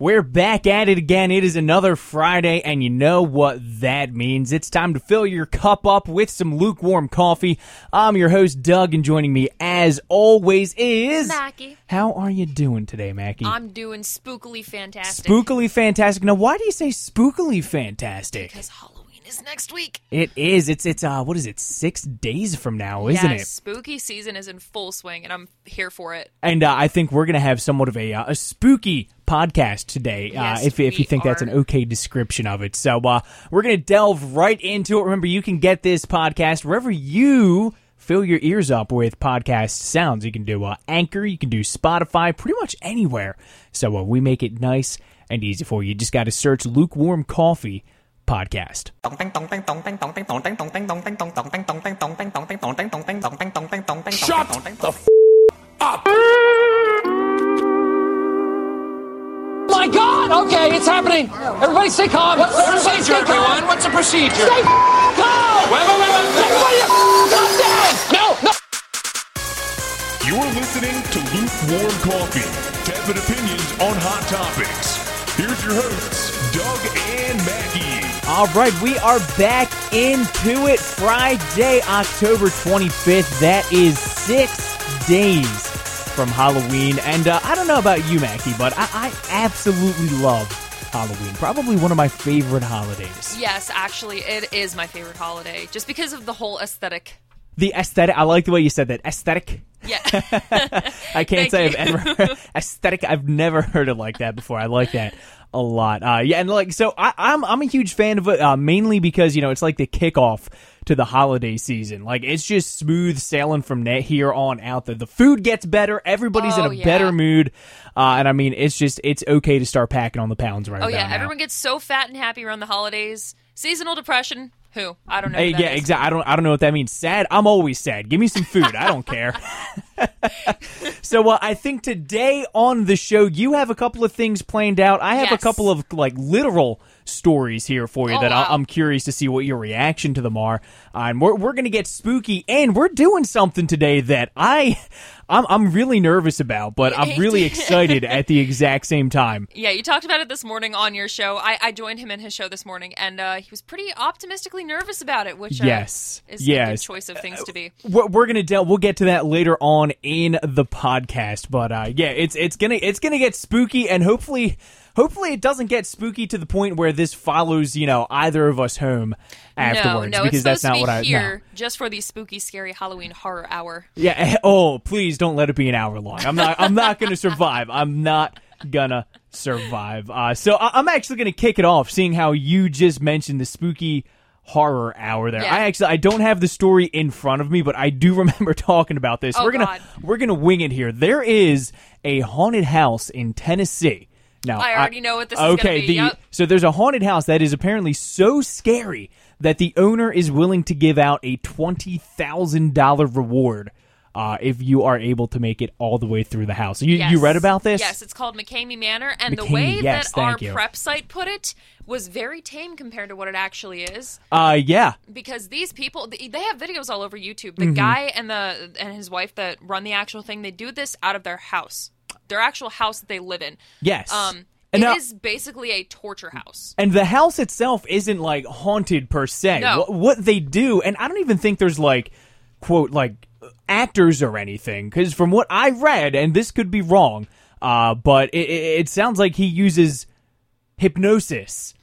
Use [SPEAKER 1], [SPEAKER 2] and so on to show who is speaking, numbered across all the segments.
[SPEAKER 1] We're back at it again. It is another Friday, and you know what that means. It's time to fill your cup up with some lukewarm coffee. I'm your host, Doug, and joining me, as always, is.
[SPEAKER 2] Mackie.
[SPEAKER 1] How are you doing today, Mackie?
[SPEAKER 2] I'm doing spookily fantastic.
[SPEAKER 1] spookily fantastic. Now, why do you say spookily fantastic?
[SPEAKER 2] Because Halloween is next week.
[SPEAKER 1] It is. It's, it's, uh, what is it, six days from now, isn't
[SPEAKER 2] yes,
[SPEAKER 1] it?
[SPEAKER 2] spooky season is in full swing, and I'm here for it.
[SPEAKER 1] And uh, I think we're going to have somewhat of a, uh, a spooky podcast today,
[SPEAKER 2] Yes,
[SPEAKER 1] uh, if, if you
[SPEAKER 2] we
[SPEAKER 1] think that's an
[SPEAKER 2] are.
[SPEAKER 1] okay description of it. So uh, we're going to delve right into it. Remember, you can get this podcast wherever you fill your ears up with podcast sounds. You can do uh, Anchor, you can do Spotify, pretty much anywhere. So uh, we make it nice and easy for you. You just got to search Lukewarm Coffee Podcast.
[SPEAKER 3] Shut the f-
[SPEAKER 4] My God! Okay, it's happening. Everybody, stay calm. Everybody, stay calm.
[SPEAKER 3] What's the procedure?
[SPEAKER 4] Stay f- calm.
[SPEAKER 3] Wait, wait, wait, wait.
[SPEAKER 4] Everybody, f- calm down. No, no.
[SPEAKER 5] You're listening to Lukewarm Coffee, tepid opinions on hot topics. Here's your hosts, Doug and Maggie.
[SPEAKER 1] All right, we are back into it. Friday, October 25th. That is six days from Halloween. And uh, I don't know about you, Mackie, but I, I absolutely love Halloween. Probably one of my favorite holidays.
[SPEAKER 2] Yes, actually, it is my favorite holiday, just because of the whole aesthetic.
[SPEAKER 1] The aesthetic, I like the way you said that. Aesthetic.
[SPEAKER 2] Yeah,
[SPEAKER 1] I can't
[SPEAKER 2] Thank
[SPEAKER 1] say I've
[SPEAKER 2] you.
[SPEAKER 1] ever aesthetic. I've never heard it like that before. I like that a lot. Uh, yeah, and like so, I, I'm I'm a huge fan of it uh, mainly because you know it's like the kickoff to the holiday season. Like it's just smooth sailing from net here on out. The the food gets better. Everybody's in
[SPEAKER 2] Oh,
[SPEAKER 1] a
[SPEAKER 2] yeah.
[SPEAKER 1] better mood, uh, and I mean it's just it's okay to start packing on the pounds right
[SPEAKER 2] oh
[SPEAKER 1] about
[SPEAKER 2] yeah,
[SPEAKER 1] now.
[SPEAKER 2] everyone gets so fat and happy around the holidays. Seasonal depression. Who? I don't know.
[SPEAKER 1] Hey,
[SPEAKER 2] who that
[SPEAKER 1] yeah,
[SPEAKER 2] is.
[SPEAKER 1] exactly. I don't. I don't know what that means. Sad. I'm always sad. Give me some food. I don't care. so uh, I think today on the show you have a couple of things planned out. I have
[SPEAKER 2] Yes.
[SPEAKER 1] a couple of like literal stories here for you
[SPEAKER 2] Oh,
[SPEAKER 1] that
[SPEAKER 2] wow.
[SPEAKER 1] I, I'm curious to see what your reaction to them are. Uh, and we're we're gonna get spooky, and we're doing something today that I. I'm, I'm really nervous about, but I'm really excited at the exact same time.
[SPEAKER 2] Yeah, you talked about it this morning on your show. I, I joined him in his show this morning, and uh, he was pretty optimistically nervous about it, which uh,
[SPEAKER 1] Yes.
[SPEAKER 2] is a
[SPEAKER 1] Yes.
[SPEAKER 2] good choice of things to be.
[SPEAKER 1] we're, we're gonna del- we'll get to that later on in the podcast but uh yeah it's it's gonna it's gonna get spooky and hopefully hopefully it doesn't get spooky to the point where this follows you know either of us home afterwards
[SPEAKER 2] no, no,
[SPEAKER 1] because
[SPEAKER 2] it's
[SPEAKER 1] that's
[SPEAKER 2] supposed
[SPEAKER 1] not
[SPEAKER 2] to be
[SPEAKER 1] what i
[SPEAKER 2] here
[SPEAKER 1] no.
[SPEAKER 2] just for the spooky, scary Halloween horror hour.
[SPEAKER 1] yeah oh please don't let it be an hour long i'm not i'm not gonna survive i'm not gonna survive uh so I- i'm actually gonna kick it off seeing how you just mentioned the spooky horror hour there
[SPEAKER 2] Yeah.
[SPEAKER 1] i actually i don't have the story in front of me but i do remember talking about this
[SPEAKER 2] Oh,
[SPEAKER 1] we're gonna
[SPEAKER 2] God.
[SPEAKER 1] we're gonna wing it here. There is a haunted house in Tennessee. Now
[SPEAKER 2] I already know what this is gonna
[SPEAKER 1] okay,
[SPEAKER 2] be,
[SPEAKER 1] The,
[SPEAKER 2] yep.
[SPEAKER 1] So there's a haunted house that is apparently so scary that the owner is willing to give out a twenty thousand dollar reward uh, if you are able to make it all the way through the house. You
[SPEAKER 2] Yes.
[SPEAKER 1] you read about this?
[SPEAKER 2] Yes, it's called McCamey Manor, and the
[SPEAKER 1] McCamey,
[SPEAKER 2] way
[SPEAKER 1] yes,
[SPEAKER 2] that our
[SPEAKER 1] thank you.
[SPEAKER 2] prep site put it was very tame compared to what it actually is.
[SPEAKER 1] Uh, yeah.
[SPEAKER 2] Because these people, they they have videos all over YouTube.
[SPEAKER 1] Mm-hmm.
[SPEAKER 2] The guy and the and his wife that run the actual thing, they do this out of their house, their actual house that they live in.
[SPEAKER 1] Yes.
[SPEAKER 2] Um,
[SPEAKER 1] And
[SPEAKER 2] it
[SPEAKER 1] now-
[SPEAKER 2] is basically a torture house.
[SPEAKER 1] And the house itself isn't like haunted per se.
[SPEAKER 2] No.
[SPEAKER 1] What, what they do, and I don't even think there's like, quote, like actors or anything, because from what I read, and this could be wrong, uh, but it, it, it sounds like he uses hypnosis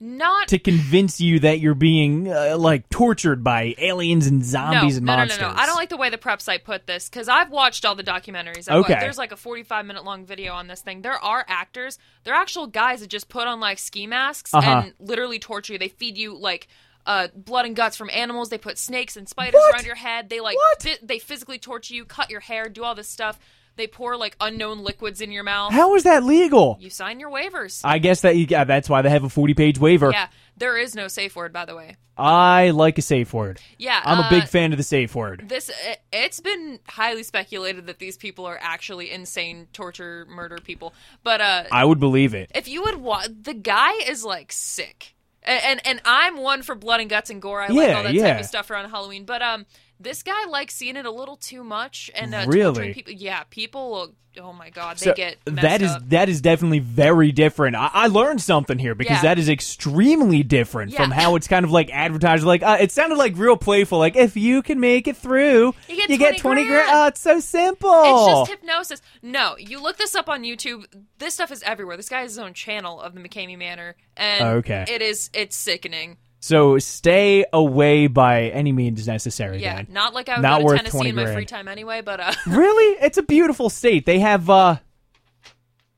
[SPEAKER 2] Not
[SPEAKER 1] to convince you that you're being uh, like tortured by aliens and zombies and
[SPEAKER 2] no,
[SPEAKER 1] monsters.
[SPEAKER 2] No, no, no. I don't like the way the prep site put this because I've watched all the documentaries. I've
[SPEAKER 1] Okay.
[SPEAKER 2] Watched, there's like a 45 minute long video on this thing. There are actors. They're actual guys that just put on like ski masks
[SPEAKER 1] Uh-huh.
[SPEAKER 2] and literally torture you. They feed you like. Uh, blood and guts from animals. They put snakes and spiders
[SPEAKER 1] What?
[SPEAKER 2] around your head. They like
[SPEAKER 1] What?
[SPEAKER 2] Fi- they physically torture you, cut your hair, do all this stuff. They pour like unknown liquids in your mouth.
[SPEAKER 1] How is that legal?
[SPEAKER 2] You sign your waivers.
[SPEAKER 1] I guess that you, yeah, that's why they have a 40 page waiver.
[SPEAKER 2] yeah, there is no safe word by the way.
[SPEAKER 1] I like a safe word.
[SPEAKER 2] Yeah,
[SPEAKER 1] I'm a
[SPEAKER 2] uh,
[SPEAKER 1] big fan of the safe word.
[SPEAKER 2] this it- it's been highly speculated that these people are actually insane torture murder people but uh
[SPEAKER 1] I would believe it.
[SPEAKER 2] if you would wa- the guy is like sick A- and and i'm one for blood and guts and gore i like
[SPEAKER 1] Yeah,
[SPEAKER 2] all that
[SPEAKER 1] yeah.
[SPEAKER 2] type of stuff around halloween but um This guy likes seeing it a little too much, and uh,
[SPEAKER 1] Really?
[SPEAKER 2] torturing people. Yeah, people. Oh my god, they
[SPEAKER 1] So
[SPEAKER 2] get messed
[SPEAKER 1] that is
[SPEAKER 2] up.
[SPEAKER 1] that is definitely very different. I, I learned something here because
[SPEAKER 2] Yeah.
[SPEAKER 1] that is extremely different from
[SPEAKER 2] Yeah.
[SPEAKER 1] how it's kind of like advertised. Like uh, it sounded like real playful. Like if you can make it through,
[SPEAKER 2] You get 20
[SPEAKER 1] twenty grand.
[SPEAKER 2] grand.
[SPEAKER 1] Oh, it's so simple.
[SPEAKER 2] It's
[SPEAKER 1] Oh.
[SPEAKER 2] just hypnosis. No, you look this up on YouTube. This stuff is everywhere. This guy has his own channel of the McCamey Manor, and
[SPEAKER 1] Okay.
[SPEAKER 2] it is it's sickening.
[SPEAKER 1] so stay away by any means necessary.
[SPEAKER 2] Yeah,
[SPEAKER 1] then.
[SPEAKER 2] not like I would
[SPEAKER 1] Not
[SPEAKER 2] go to
[SPEAKER 1] worth
[SPEAKER 2] Tennessee
[SPEAKER 1] 20
[SPEAKER 2] in my
[SPEAKER 1] grand.
[SPEAKER 2] free time anyway. But uh,
[SPEAKER 1] really. It's a beautiful state. They have. uh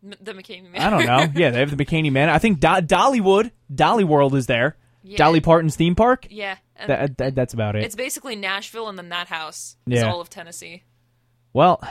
[SPEAKER 2] m- the McCamey Manor.
[SPEAKER 1] I don't know. Yeah, they have the Bikini Man. I think Do- Dollywood, Dolly World is there.
[SPEAKER 2] Yeah.
[SPEAKER 1] Dolly Parton's theme park.
[SPEAKER 2] yeah, and
[SPEAKER 1] That, that, that's about it.
[SPEAKER 2] it's basically Nashville, and then that house is
[SPEAKER 1] Yeah.
[SPEAKER 2] all of Tennessee.
[SPEAKER 1] Well,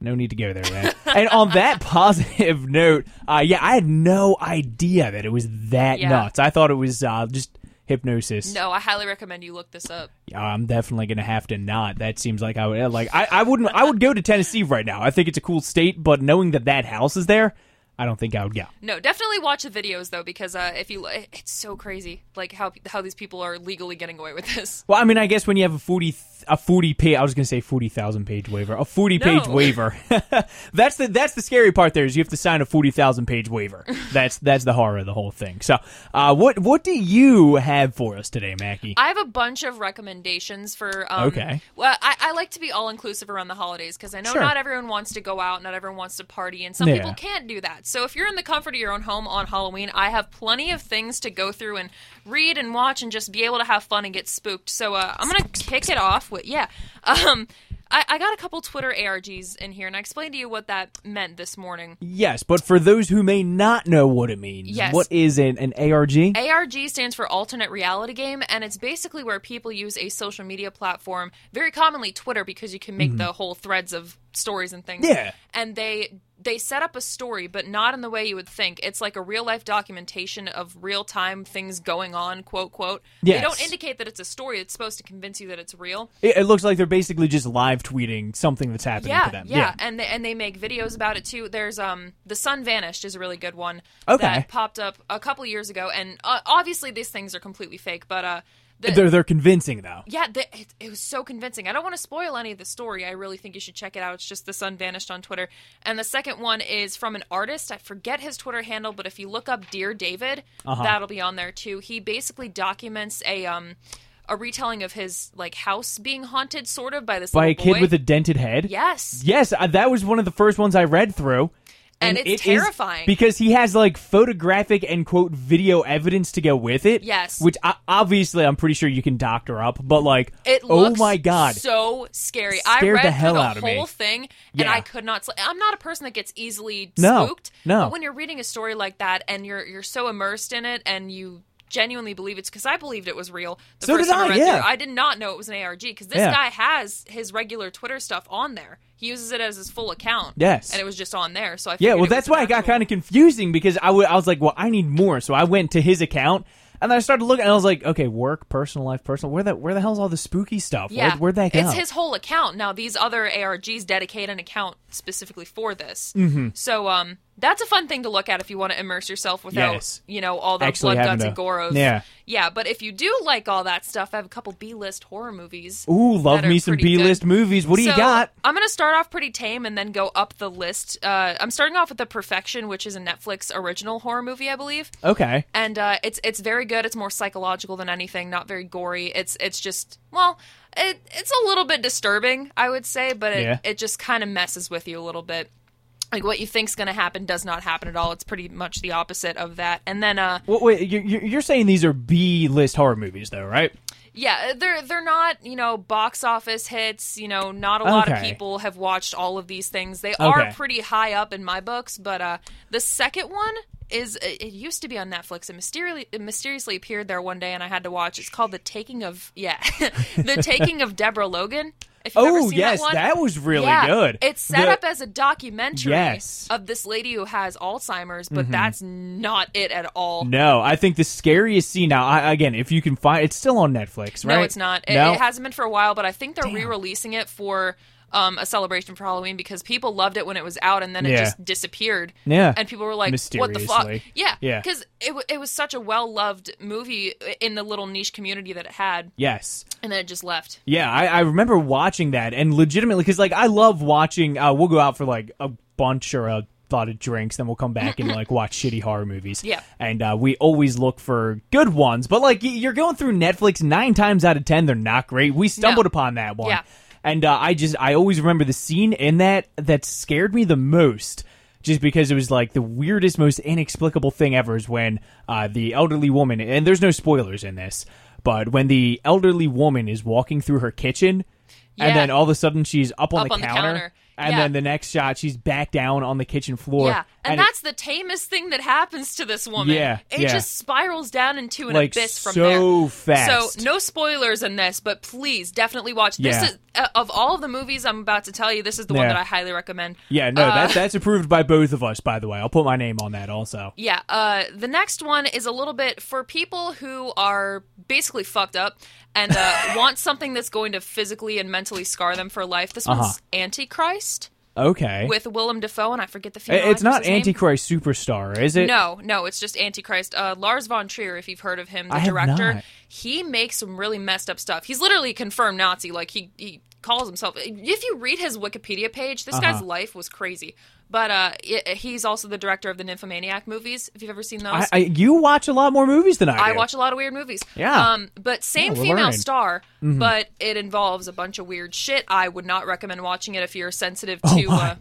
[SPEAKER 1] no need to go there, man. and on that positive note, uh, yeah, I had no idea that it was that
[SPEAKER 2] Yeah.
[SPEAKER 1] nuts. I thought it was uh, just hypnosis.
[SPEAKER 2] No, I highly recommend you look this up.
[SPEAKER 1] Yeah, Uh, I'm definitely gonna have to not. That seems like I would like. I, I wouldn't. I would go to Tennessee right now. I think it's a cool state, but knowing that that house is there, I don't think I would go.
[SPEAKER 2] No, definitely watch the videos though, because uh, if you, it's so crazy, like how how these people are legally getting away with this.
[SPEAKER 1] Well, I mean, I guess when you have a forty th- a forty page, I was gonna say forty thousand page waiver, a forty page
[SPEAKER 2] No.
[SPEAKER 1] waiver. that's the that's the scary part. There is you have to sign a forty thousand page waiver. That's that's the horror of the whole thing. So, uh, what what do you have for us today, Mackie?
[SPEAKER 2] I have a bunch of recommendations for. Um,
[SPEAKER 1] Okay.
[SPEAKER 2] Well, I, I like to be all inclusive around the holidays because I know
[SPEAKER 1] Sure.
[SPEAKER 2] not everyone wants to go out, not everyone wants to party, and some
[SPEAKER 1] Yeah.
[SPEAKER 2] people can't do that. So if you're in the comfort of your own home on Halloween, I have plenty of things to go through and read and watch and just be able to have fun and get spooked. So uh, I'm gonna kick it off with yeah. Um, I, I got a couple Twitter ARGs in here, and I explained to you what that meant this morning.
[SPEAKER 1] yes, but for those who may not know what it means,
[SPEAKER 2] Yes.
[SPEAKER 1] what is an, an ARG?
[SPEAKER 2] ARG stands for alternate reality game, and it's basically where people use a social media platform, very commonly Twitter, because you can make the whole threads of stories and things.
[SPEAKER 1] Mm-hmm. Yeah.
[SPEAKER 2] And they they set up a story, but not in the way you would think. It's like a real life documentation of real time things going on, quote quote. They
[SPEAKER 1] Yes.
[SPEAKER 2] don't indicate that it's a story. It's supposed to convince you that it's real.
[SPEAKER 1] it, it looks like they're basically just live tweeting something that's happening
[SPEAKER 2] Yeah,
[SPEAKER 1] to them.
[SPEAKER 2] yeah, and they, and they make videos about it too. There's um, the sun vanished is a really good one
[SPEAKER 1] Okay.
[SPEAKER 2] that popped up a couple years ago, and uh, obviously these things are completely fake, but uh, the,
[SPEAKER 1] they're they're convincing though.
[SPEAKER 2] yeah, the, it, it was so convincing. I don't want to spoil any of the story. I really think you should check it out. It's just the sun vanished on Twitter. And the second one is from an artist. I forget his Twitter handle, but if you look up Dear David,
[SPEAKER 1] Uh-huh.
[SPEAKER 2] that'll be on there too. He basically documents a um a retelling of his like house being haunted, sort of by this
[SPEAKER 1] By a
[SPEAKER 2] little
[SPEAKER 1] kid
[SPEAKER 2] oh boy.
[SPEAKER 1] with a dented head.
[SPEAKER 2] yes,
[SPEAKER 1] Yes, uh, that was one of the first ones I read through.
[SPEAKER 2] And it's
[SPEAKER 1] it is-
[SPEAKER 2] terrifying.
[SPEAKER 1] because he has like photographic and quote video evidence to go with it.
[SPEAKER 2] Yes.
[SPEAKER 1] which I, obviously I'm pretty sure you can doctor up, but like,
[SPEAKER 2] It
[SPEAKER 1] oh
[SPEAKER 2] looks
[SPEAKER 1] my god,
[SPEAKER 2] so scary. I
[SPEAKER 1] Scared
[SPEAKER 2] read
[SPEAKER 1] the hell
[SPEAKER 2] through the
[SPEAKER 1] out of me.
[SPEAKER 2] whole thing and
[SPEAKER 1] Yeah.
[SPEAKER 2] I could not. Sl- I'm not a person that gets easily
[SPEAKER 1] No,
[SPEAKER 2] spooked.
[SPEAKER 1] no.
[SPEAKER 2] But when you're reading a story like that and you're you're so immersed in it and you genuinely believe it's because I believed it was real. The
[SPEAKER 1] So
[SPEAKER 2] first
[SPEAKER 1] did
[SPEAKER 2] time
[SPEAKER 1] I,
[SPEAKER 2] read
[SPEAKER 1] yeah.
[SPEAKER 2] through, I did not know it was an ARG because this
[SPEAKER 1] Yeah.
[SPEAKER 2] guy has his regular Twitter stuff on there. He uses it as his full account.
[SPEAKER 1] Yes.
[SPEAKER 2] and it was just on there. So I
[SPEAKER 1] yeah.
[SPEAKER 2] figured
[SPEAKER 1] Well,
[SPEAKER 2] it was
[SPEAKER 1] that's
[SPEAKER 2] an
[SPEAKER 1] why it got
[SPEAKER 2] actual-
[SPEAKER 1] kind of confusing because I wa- I was like, well, I need more, so I went to his account. And then I started looking, and I was like, "Okay, work, personal life, personal. Where the where the hell's all the spooky stuff?
[SPEAKER 2] Yeah,
[SPEAKER 1] Where, where'd that go?
[SPEAKER 2] It's his whole account. Now these other ARGs dedicate an account specifically for this. Mm-hmm. So um, that's a fun thing to look at if you want to immerse yourself without
[SPEAKER 1] Yes.
[SPEAKER 2] you know all the
[SPEAKER 1] Actually
[SPEAKER 2] blood
[SPEAKER 1] having
[SPEAKER 2] guts
[SPEAKER 1] to-
[SPEAKER 2] and gore of
[SPEAKER 1] yeah.
[SPEAKER 2] yeah. But if you do like all that stuff, I have a couple B list horror movies.
[SPEAKER 1] Ooh, love
[SPEAKER 2] that are
[SPEAKER 1] me some
[SPEAKER 2] pretty
[SPEAKER 1] B
[SPEAKER 2] good.
[SPEAKER 1] list movies. What do you
[SPEAKER 2] So,
[SPEAKER 1] got?
[SPEAKER 2] I'm gonna start off pretty tame and then go up the list. Uh, I'm starting off with The Perfection, which is a Netflix original horror movie, I believe
[SPEAKER 1] Okay,
[SPEAKER 2] and uh, it's it's very good. It's more psychological than anything. Not very gory. It's it's just well, it it's a little bit disturbing, I would say, but it,
[SPEAKER 1] Yeah.
[SPEAKER 2] it just kind of messes with you a little bit. Like what you think's going to happen does not happen at all. It's pretty much the opposite of that. And then uh,
[SPEAKER 1] well, wait, you're, you're saying these are B list horror movies, though, right?
[SPEAKER 2] Yeah, uh, they're they're not you know box office hits. You know, not a lot of
[SPEAKER 1] Okay.
[SPEAKER 2] people have watched all of these things. They are
[SPEAKER 1] Okay.
[SPEAKER 2] pretty high up in my books, but uh, the second one is it it used to be on Netflix. It mysteriously it mysteriously appeared there one day, and I had to watch. It's called The Taking of yeah, The Taking of Deborah Logan. If you've ever
[SPEAKER 1] Oh
[SPEAKER 2] seen
[SPEAKER 1] yes,
[SPEAKER 2] that, one.
[SPEAKER 1] was really
[SPEAKER 2] Yeah,
[SPEAKER 1] good.
[SPEAKER 2] It's set
[SPEAKER 1] The-
[SPEAKER 2] up as a documentary
[SPEAKER 1] Yes. Mm-hmm.
[SPEAKER 2] of this lady who has Alzheimer's, but that's not it at all.
[SPEAKER 1] No, I think the scariest scene now. I, again, if you can find, it's still on Netflix, right?
[SPEAKER 2] No, it's not. It,
[SPEAKER 1] no,
[SPEAKER 2] it hasn't been for a while, but I think they're re-releasing it for um, a celebration for Halloween because people loved it when it was out and then it
[SPEAKER 1] Yeah.
[SPEAKER 2] just disappeared.
[SPEAKER 1] Yeah.
[SPEAKER 2] And people were like, what the fuck?
[SPEAKER 1] Mysteriously.
[SPEAKER 2] Yeah.
[SPEAKER 1] Yeah.
[SPEAKER 2] Because it, w- it was such a well loved movie in the little niche community that it had.
[SPEAKER 1] Yes.
[SPEAKER 2] And then it just left.
[SPEAKER 1] Yeah, I, I remember watching that and legitimately because like I love watching. Uh, we'll go out for like a bunch or a lot of drinks, then we'll come back and like watch shitty horror movies.
[SPEAKER 2] Yeah.
[SPEAKER 1] and uh, we always look for good ones, but like y- you're going through Netflix nine times out of ten, they're not great. We stumbled
[SPEAKER 2] No.
[SPEAKER 1] upon that one.
[SPEAKER 2] Yeah.
[SPEAKER 1] And uh, I just I always remember the scene in that that scared me the most, just because it was like the weirdest, most inexplicable thing ever. Is when uh, the elderly woman and there's no spoilers in this, but when the elderly woman is walking through her kitchen,
[SPEAKER 2] Yeah.
[SPEAKER 1] and then all of a sudden she's up on,
[SPEAKER 2] Up
[SPEAKER 1] the,
[SPEAKER 2] on the
[SPEAKER 1] counter,
[SPEAKER 2] counter.
[SPEAKER 1] and
[SPEAKER 2] Yeah.
[SPEAKER 1] then the next shot she's back down on the kitchen floor.
[SPEAKER 2] Yeah, and,
[SPEAKER 1] it-
[SPEAKER 2] that's the tamest thing that happens to this woman.
[SPEAKER 1] Yeah,
[SPEAKER 2] it
[SPEAKER 1] yeah.
[SPEAKER 2] just spirals down into an
[SPEAKER 1] Like,
[SPEAKER 2] abyss from
[SPEAKER 1] so
[SPEAKER 2] there.
[SPEAKER 1] fast.
[SPEAKER 2] So no spoilers in this, but please definitely watch. This
[SPEAKER 1] Yeah.
[SPEAKER 2] is uh, of all of the movies I'm about to tell you, this is the one
[SPEAKER 1] Yeah.
[SPEAKER 2] that I highly recommend.
[SPEAKER 1] yeah, no,
[SPEAKER 2] Uh,
[SPEAKER 1] that, that's approved by both of us. By the way, I'll put my name on that also.
[SPEAKER 2] Yeah, uh, the next one is a little bit for people who are basically fucked up and uh, want something that's going to physically and mentally scar them for life. This
[SPEAKER 1] Uh-huh.
[SPEAKER 2] one's Antichrist
[SPEAKER 1] Okay,
[SPEAKER 2] with Willem Dafoe, and I forget the
[SPEAKER 1] I-
[SPEAKER 2] female.
[SPEAKER 1] it's not
[SPEAKER 2] actress's name.
[SPEAKER 1] Antichrist Superstar, is it?
[SPEAKER 2] No, no, it's just Antichrist. Uh, Lars von Trier, if you've heard of him, the
[SPEAKER 1] I have
[SPEAKER 2] director,
[SPEAKER 1] not.
[SPEAKER 2] he makes some really messed up stuff. He's literally a confirmed Nazi. Like he he calls himself. If you read his Wikipedia page, this
[SPEAKER 1] Uh-huh.
[SPEAKER 2] guy's life was crazy. But uh, i he's also the director of the Nymphomaniac movies. If you've ever seen those,
[SPEAKER 1] I, I, you watch a lot more movies than I do.
[SPEAKER 2] I watch a lot of weird movies.
[SPEAKER 1] Yeah.
[SPEAKER 2] Um, but same
[SPEAKER 1] Yeah, we're
[SPEAKER 2] female
[SPEAKER 1] learning. Mm-hmm.
[SPEAKER 2] star, but it involves a bunch of weird shit. I would not recommend watching it if you're sensitive to.
[SPEAKER 1] why?
[SPEAKER 2] uh,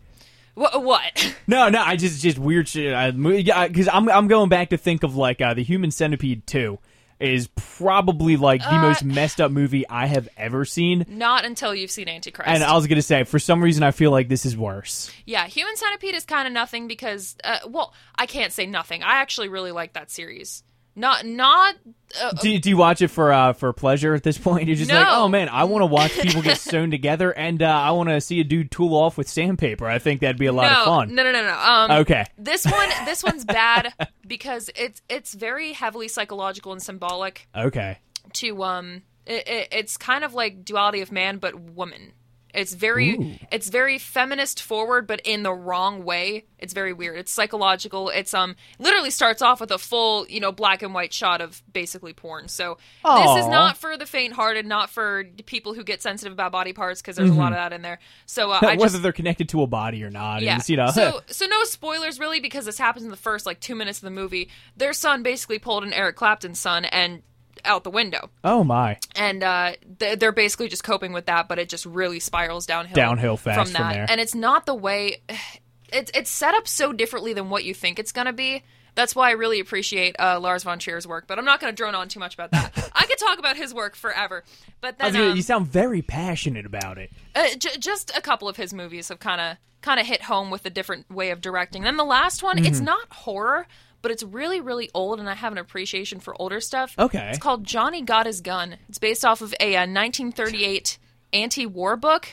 [SPEAKER 2] what? What?
[SPEAKER 1] No, no, I just just weird shit. Because I'm I'm going back to think of like uh, the Human Centipede two is probably like
[SPEAKER 2] Uh,
[SPEAKER 1] the most messed up movie I have ever seen.
[SPEAKER 2] not until you've seen Antichrist.
[SPEAKER 1] And I was gonna say, for some reason, I feel like this is worse.
[SPEAKER 2] Yeah, Human Centipede is kind of nothing because, uh, well, I can't say nothing. I actually really like that series. Not, not. Uh,
[SPEAKER 1] Do, do you watch it for uh, for pleasure at this point? You're just like,
[SPEAKER 2] No.
[SPEAKER 1] oh man, I want to watch people get sewn together, and uh, I want to see a dude tool off with sandpaper. I think that'd be a lot
[SPEAKER 2] no,
[SPEAKER 1] of fun.
[SPEAKER 2] no, no, no, no. Um,
[SPEAKER 1] Okay.
[SPEAKER 2] This one, this one's bad because it's it's very heavily psychological and symbolic
[SPEAKER 1] Okay,
[SPEAKER 2] to um, it, it, it's kind of like duality of man but woman. It's very it's very feminist forward, but in the wrong way. It's very weird. It's psychological. It's um literally starts off with a full you know black and white shot of basically porn. So this
[SPEAKER 1] Aw.
[SPEAKER 2] is not for the faint hearted, not for people who get sensitive about body parts because there's a lot of that in there. So uh, I
[SPEAKER 1] Mm-hmm. whether
[SPEAKER 2] just
[SPEAKER 1] they're connected to a body or not,
[SPEAKER 2] yeah.
[SPEAKER 1] it's, you know,
[SPEAKER 2] So so no spoilers really because this happens in the first like two minutes of the movie. Their son basically pulled an Eric Clapton son and out the window
[SPEAKER 1] oh my,
[SPEAKER 2] and uh, th- they're basically just coping with that, but it just really spirals downhill.
[SPEAKER 1] Downhill fast from there.
[SPEAKER 2] and it's not the way. It's it's set up so differently than what you think it's gonna be. That's why I really appreciate uh, Lars von Trier's work, but I'm not gonna drone on too much about that. I could talk about his work forever, but
[SPEAKER 1] I was
[SPEAKER 2] then
[SPEAKER 1] gonna-
[SPEAKER 2] um,
[SPEAKER 1] you sound very passionate about it.
[SPEAKER 2] uh, j- just a couple of his movies have kind of kind of hit home with a different way of directing. Then the last one,
[SPEAKER 1] Mm-hmm.
[SPEAKER 2] it's not horror, but it's really really old, and I have an appreciation for older stuff.
[SPEAKER 1] Okay.
[SPEAKER 2] it's called Johnny Got His Gun. It's based off of a uh, 1938 anti-war book,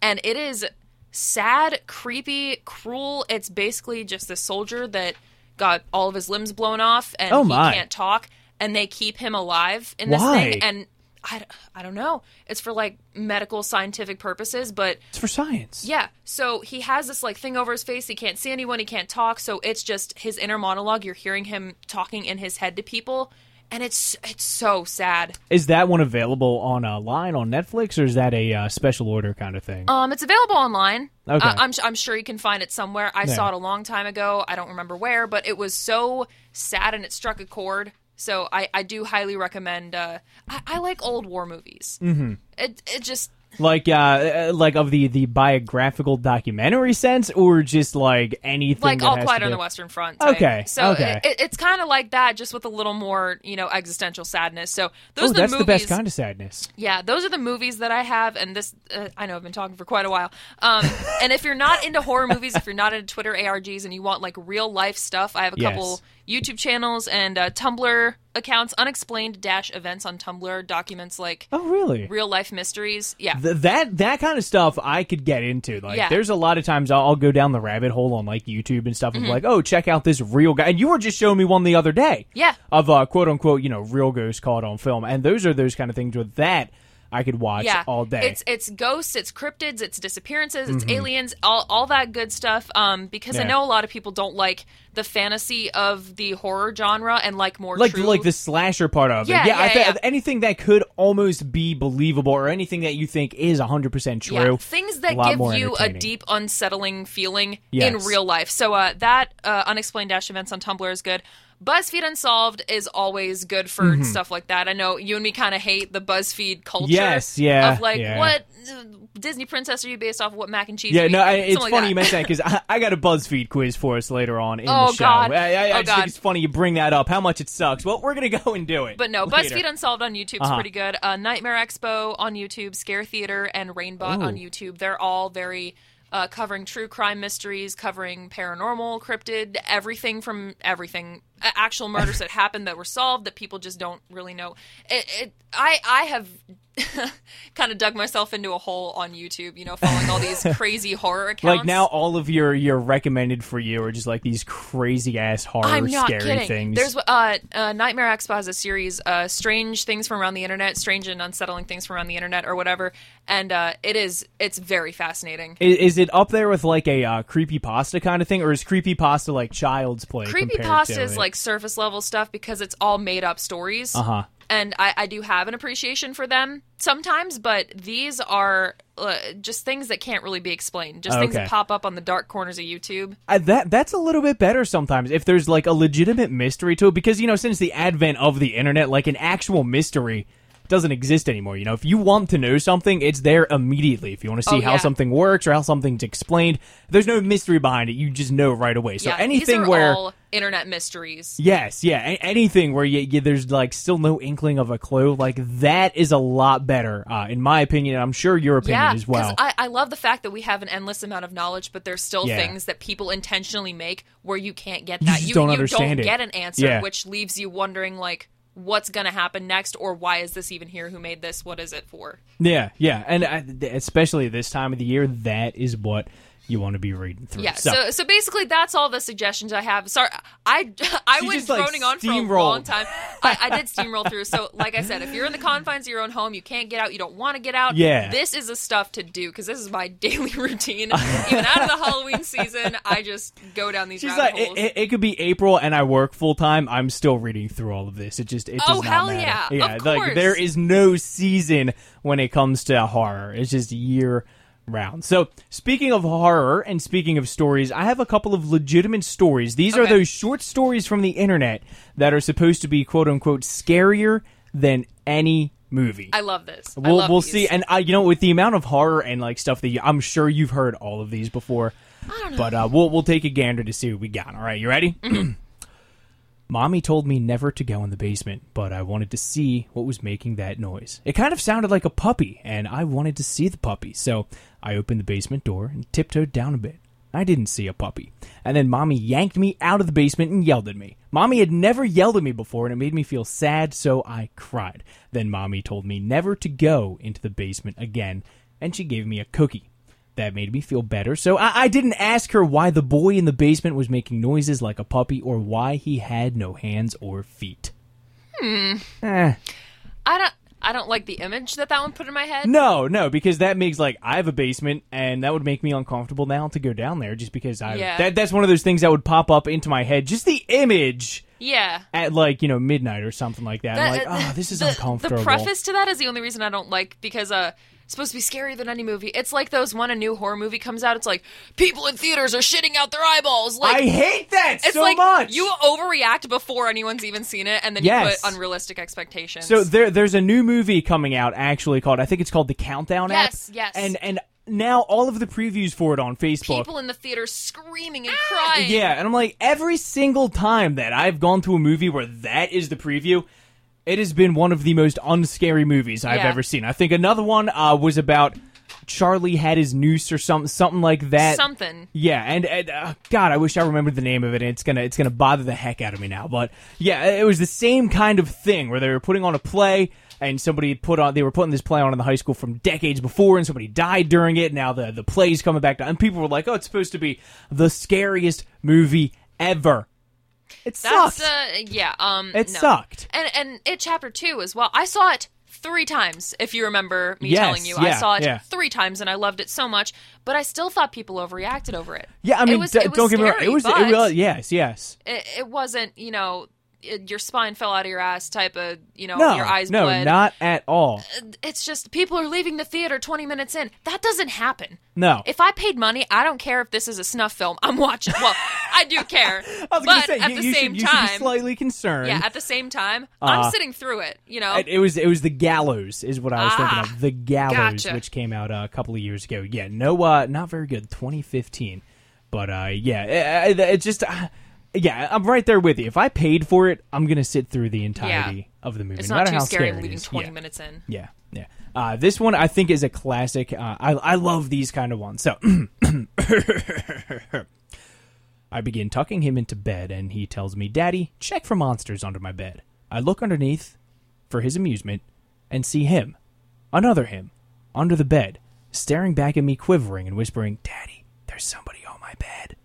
[SPEAKER 2] and it is sad, creepy, cruel. It's basically just this soldier that got all of his limbs blown off, and
[SPEAKER 1] Oh,
[SPEAKER 2] he
[SPEAKER 1] my.
[SPEAKER 2] can't talk, and they keep him alive in this
[SPEAKER 1] Why?
[SPEAKER 2] thing, and. I, d- I don't know. It's for like medical scientific purposes, but
[SPEAKER 1] It's for science.
[SPEAKER 2] yeah. So he has this like thing over his face. He can't see anyone. He can't talk. So it's just his inner monologue. You're hearing him talking in his head to people, and it's it's so sad.
[SPEAKER 1] Is that one available on uh, line on Netflix, or is that a uh, special order kind of thing?
[SPEAKER 2] Um, it's available online.
[SPEAKER 1] Okay.
[SPEAKER 2] I- I'm, su- I'm sure you can find it somewhere. I
[SPEAKER 1] Yeah.
[SPEAKER 2] saw it a long time ago. I don't remember where, but it was so sad and it struck a chord. So I, I do highly recommend. Uh, I, I like old war movies. Mm-hmm. It it just
[SPEAKER 1] like, uh, uh, like of the the biographical documentary sense, or just like anything?
[SPEAKER 2] like
[SPEAKER 1] that
[SPEAKER 2] all
[SPEAKER 1] has
[SPEAKER 2] quiet
[SPEAKER 1] to
[SPEAKER 2] on
[SPEAKER 1] do-
[SPEAKER 2] the western front type.
[SPEAKER 1] Okay,
[SPEAKER 2] so
[SPEAKER 1] okay.
[SPEAKER 2] It, it's kind of like that just with a little more you know existential sadness so
[SPEAKER 1] Oh,
[SPEAKER 2] those are the
[SPEAKER 1] that's
[SPEAKER 2] movies
[SPEAKER 1] the best kind of sadness.
[SPEAKER 2] yeah those are the movies that i have and this uh, i know i've been talking for quite a while um, and if you're not into horror movies if you're not into twitter args and you want like real life stuff i have a
[SPEAKER 1] Yes.
[SPEAKER 2] couple youtube channels and uh, tumblr accounts unexplained dash events on tumblr documents like
[SPEAKER 1] Oh, really?
[SPEAKER 2] real life mysteries yeah
[SPEAKER 1] Th- that that kind of stuff I could get into. Like,
[SPEAKER 2] Yeah.
[SPEAKER 1] there's a lot of times I'll, I'll go down the rabbit hole on like YouTube and stuff. of
[SPEAKER 2] Mm-hmm.
[SPEAKER 1] like, oh, check out this real guy. And you were just showing me one the other day.
[SPEAKER 2] Yeah.
[SPEAKER 1] Of uh, quote unquote, you know, real ghosts caught on film, and those are those kind of things. With that, I could watch
[SPEAKER 2] yeah,
[SPEAKER 1] all day. Mm-hmm.
[SPEAKER 2] It's it's ghosts, it's cryptids, it's disappearances, it's aliens, all all that good stuff. Um, because
[SPEAKER 1] Yeah.
[SPEAKER 2] I know a lot of people don't like the fantasy of the horror genre and like more
[SPEAKER 1] like
[SPEAKER 2] true.
[SPEAKER 1] like the slasher part of
[SPEAKER 2] Yeah,
[SPEAKER 1] it. Yeah, I
[SPEAKER 2] yeah,
[SPEAKER 1] think
[SPEAKER 2] yeah.
[SPEAKER 1] anything that could almost be believable or anything that you think is 100% true.
[SPEAKER 2] Yeah, things that
[SPEAKER 1] a lot more
[SPEAKER 2] give you a
[SPEAKER 1] entertaining.
[SPEAKER 2] deep, unsettling feeling
[SPEAKER 1] Yes.
[SPEAKER 2] in real life. So uh, that uh, unexplained dash events on Tumblr is good. BuzzFeed Unsolved is always good for
[SPEAKER 1] Mm-hmm.
[SPEAKER 2] stuff like that. I know you and me kind of hate the BuzzFeed culture.
[SPEAKER 1] Yes, yeah,
[SPEAKER 2] Of like
[SPEAKER 1] yeah.
[SPEAKER 2] what uh, Disney princess are you based off? of? What mac and cheese?
[SPEAKER 1] Yeah,
[SPEAKER 2] are you
[SPEAKER 1] no, I,
[SPEAKER 2] eating?
[SPEAKER 1] it's
[SPEAKER 2] Something
[SPEAKER 1] funny
[SPEAKER 2] like
[SPEAKER 1] you
[SPEAKER 2] that.
[SPEAKER 1] mentioned that because I, I got a BuzzFeed quiz for us later on in
[SPEAKER 2] Oh,
[SPEAKER 1] the show.
[SPEAKER 2] God.
[SPEAKER 1] I, I, I
[SPEAKER 2] Oh,
[SPEAKER 1] just
[SPEAKER 2] God.
[SPEAKER 1] think it's funny you bring that up. How much it sucks. Well, we're gonna go and do it.
[SPEAKER 2] But no,
[SPEAKER 1] later.
[SPEAKER 2] BuzzFeed Unsolved on YouTube's
[SPEAKER 1] Uh-huh.
[SPEAKER 2] pretty good. Uh, Nightmare Expo on YouTube, Scare Theater, and Rainbot on
[SPEAKER 1] Ooh.
[SPEAKER 2] YouTube. They're all very uh, covering true crime mysteries, covering paranormal, cryptid, everything from everything, A- actual murders that happened that were solved that people just don't really know. It, it, I, I have kind of dug myself into a hole on YouTube, you know, following all these crazy horror accounts.
[SPEAKER 1] Like now, all of your your recommended for you are just like these crazy ass horror
[SPEAKER 2] I'm not
[SPEAKER 1] scary
[SPEAKER 2] kidding.
[SPEAKER 1] things.
[SPEAKER 2] There's uh, uh, Nightmare Expo has a series, uh, strange things from around the internet, strange and unsettling things from around the internet, or whatever. And uh, it is, it's very fascinating.
[SPEAKER 1] I- is it up there with like a uh, creepy pasta kind of thing, or is creepy pasta like child's play?
[SPEAKER 2] Creepy
[SPEAKER 1] compared
[SPEAKER 2] pasta
[SPEAKER 1] to
[SPEAKER 2] is
[SPEAKER 1] it?
[SPEAKER 2] like surface level stuff because it's all made up stories.
[SPEAKER 1] uh huh.
[SPEAKER 2] And I, I do have an appreciation for them sometimes, but these are uh, just things that can't really be explained. Just things
[SPEAKER 1] Okay.
[SPEAKER 2] that pop up on the dark corners of YouTube.
[SPEAKER 1] I, that that's a little bit better sometimes if there's like a legitimate mystery to it because you know since the advent of the internet like an actual mystery doesn't exist anymore you know if you want to know something it's there immediately if you want to see
[SPEAKER 2] Oh,
[SPEAKER 1] how
[SPEAKER 2] yeah.
[SPEAKER 1] something works or how something's explained there's no mystery behind it you just know right away so
[SPEAKER 2] yeah,
[SPEAKER 1] anything
[SPEAKER 2] these are
[SPEAKER 1] where
[SPEAKER 2] all internet mysteries.
[SPEAKER 1] yes yeah a- anything where you, you, there's like still no inkling of a clue like that is a lot better uh, in my opinion and I'm sure your opinion
[SPEAKER 2] yeah,
[SPEAKER 1] as well
[SPEAKER 2] I, I love the fact that we have an endless amount of knowledge, but there's still
[SPEAKER 1] Yeah.
[SPEAKER 2] things that people intentionally make where you can't get
[SPEAKER 1] You
[SPEAKER 2] that.
[SPEAKER 1] just don't understand it.
[SPEAKER 2] get an answer,
[SPEAKER 1] Yeah.
[SPEAKER 2] which leaves you wondering like what's going to happen next or why is this even here? Who made this? What is it for?
[SPEAKER 1] Yeah, yeah, and I, th- especially this time of the year, that is what you want to be reading through.
[SPEAKER 2] Yeah. So, so, basically, that's all the suggestions I have. Sorry, I I
[SPEAKER 1] She
[SPEAKER 2] was
[SPEAKER 1] just, like,
[SPEAKER 2] droning on for a
[SPEAKER 1] steamrolled.
[SPEAKER 2] long time. I, I did steamroll through. So, like I said, if you're in the confines of your own home, you can't get out, you don't want to get out.
[SPEAKER 1] Yeah.
[SPEAKER 2] This is the stuff to do because this is my daily routine. Even out of the Halloween season, I just go down these
[SPEAKER 1] she's
[SPEAKER 2] rabbit
[SPEAKER 1] like,
[SPEAKER 2] holes.
[SPEAKER 1] it, it, it could be April, and I work full time. I'm still reading through all of this. It just, it does
[SPEAKER 2] Oh,
[SPEAKER 1] not
[SPEAKER 2] hell
[SPEAKER 1] matter.
[SPEAKER 2] yeah.
[SPEAKER 1] yeah.
[SPEAKER 2] Of
[SPEAKER 1] like
[SPEAKER 2] course.
[SPEAKER 1] there is no season when it comes to horror. It's just year round. So speaking of horror and speaking of stories, I have a couple of legitimate stories. These are
[SPEAKER 2] Okay.
[SPEAKER 1] those short stories from the internet that are supposed to be quote unquote scarier than any movie.
[SPEAKER 2] I love this. I
[SPEAKER 1] We'll,
[SPEAKER 2] love
[SPEAKER 1] we'll
[SPEAKER 2] these.
[SPEAKER 1] see. And I, you know, with the amount of horror and like stuff that you, I'm sure you've heard all of these before. I don't know. But uh, we'll we'll take a gander to see what we got. All right, you ready? Mommy told me never to go in the basement, but I wanted to see what was making that noise. It kind of sounded like a puppy, and I wanted to see the puppy, so I opened the basement door and tiptoed down a bit. I didn't see a puppy. And then Mommy yanked me out of the basement and yelled at me. Mommy had never yelled at me before, and it made me feel sad, so I cried. Then Mommy told me never to go into the basement again, and she gave me a cookie. That made me feel better. So I, I didn't ask her why the boy in the basement was making noises like a puppy or why he had no hands or feet.
[SPEAKER 2] Hmm.
[SPEAKER 1] Eh.
[SPEAKER 2] I don't. I don't like the image that that one put in my head.
[SPEAKER 1] No, no, because that makes like I have a basement and that would make me uncomfortable now to go down there just because I
[SPEAKER 2] Yeah.
[SPEAKER 1] that that's one of those things that would pop up into my head. Just the image
[SPEAKER 2] Yeah.
[SPEAKER 1] at like, you know, midnight or something like that. I'm like,
[SPEAKER 2] uh,
[SPEAKER 1] oh, this is
[SPEAKER 2] the,
[SPEAKER 1] uncomfortable.
[SPEAKER 2] The preface to that is the only reason I don't like because uh, it's supposed to be scarier than any movie. It's like those when a new horror movie comes out, it's like people in theaters are shitting out their eyeballs. Like
[SPEAKER 1] I hate that
[SPEAKER 2] it's
[SPEAKER 1] so
[SPEAKER 2] like
[SPEAKER 1] much.
[SPEAKER 2] you overreact before anyone's even seen it, and then
[SPEAKER 1] Yes.
[SPEAKER 2] you put unrealistic expectations.
[SPEAKER 1] So there, there's a new movie coming out actually called I think it's called the Countdown app.
[SPEAKER 2] Yes, yes.
[SPEAKER 1] And and now all of the previews for it on Facebook.
[SPEAKER 2] people in the theater screaming and crying.
[SPEAKER 1] Yeah, and I'm like, every single time that I've gone to a movie where that is the preview, it has been one of the most unscary movies I've
[SPEAKER 2] Yeah.
[SPEAKER 1] ever seen. I think another one uh, was about Charlie had his noose or something, something like that.
[SPEAKER 2] something.
[SPEAKER 1] Yeah, and, and uh, God, I wish I remembered the name of it. And it's gonna it's gonna bother the heck out of me now. But yeah, it was the same kind of thing where they were putting on a play, and somebody put on they were putting this play on in the high school from decades before, and somebody died during it. Now the the play's coming back, to, and people were like, "Oh, it's supposed to be the scariest movie ever." It
[SPEAKER 2] That's
[SPEAKER 1] sucked.
[SPEAKER 2] uh, yeah. Um,
[SPEAKER 1] It
[SPEAKER 2] no.
[SPEAKER 1] sucked.
[SPEAKER 2] And and it chapter two as well. I saw it three times, if you remember me
[SPEAKER 1] Yes,
[SPEAKER 2] telling you. I
[SPEAKER 1] yeah,
[SPEAKER 2] saw it
[SPEAKER 1] yeah.
[SPEAKER 2] three times and I loved it so much, but I still thought people overreacted over it.
[SPEAKER 1] Yeah, I mean,
[SPEAKER 2] it was,
[SPEAKER 1] d-
[SPEAKER 2] it was
[SPEAKER 1] don't get me wrong.
[SPEAKER 2] scary,
[SPEAKER 1] It was,
[SPEAKER 2] but
[SPEAKER 1] it was, yes, yes.
[SPEAKER 2] it, it wasn't, you know, it, your spine fell out of your ass type of, you know,
[SPEAKER 1] No,
[SPEAKER 2] Oh, your eyes
[SPEAKER 1] no,
[SPEAKER 2] bled. Uh,
[SPEAKER 1] not at all.
[SPEAKER 2] It's just people are leaving the theater 20 minutes in. That doesn't happen.
[SPEAKER 1] No.
[SPEAKER 2] If I paid money, I don't care if this is a snuff film. I'm watching. Well, I do care.
[SPEAKER 1] I was
[SPEAKER 2] but
[SPEAKER 1] gonna say
[SPEAKER 2] at
[SPEAKER 1] you,
[SPEAKER 2] the
[SPEAKER 1] you
[SPEAKER 2] same
[SPEAKER 1] should, you should be
[SPEAKER 2] time,
[SPEAKER 1] slightly concerned.
[SPEAKER 2] yeah, at the same time, I'm sitting through it, you know.
[SPEAKER 1] Uh, It, it was it was the gallows is what I was
[SPEAKER 2] Ah,
[SPEAKER 1] thinking of the gallows
[SPEAKER 2] gotcha.
[SPEAKER 1] which came out uh, a couple of years ago. Yeah, no, uh, not very good. 2015, but uh, yeah, it, it just uh, yeah, I'm right there with you. If I paid for it, I'm gonna sit through the entirety of the movie.
[SPEAKER 2] it's
[SPEAKER 1] no
[SPEAKER 2] not
[SPEAKER 1] matter
[SPEAKER 2] too
[SPEAKER 1] how
[SPEAKER 2] scary.
[SPEAKER 1] scary it
[SPEAKER 2] leaving
[SPEAKER 1] is.
[SPEAKER 2] 20
[SPEAKER 1] yeah.
[SPEAKER 2] minutes in.
[SPEAKER 1] Yeah, yeah. Uh, this one I think is a classic. Uh, I I love these kind of ones. So I begin tucking him into bed, and he tells me, "Daddy, check for monsters under my bed." I look underneath for his amusement and see him, another him, under the bed, staring back at me, quivering and whispering, "Daddy, there's somebody on my bed."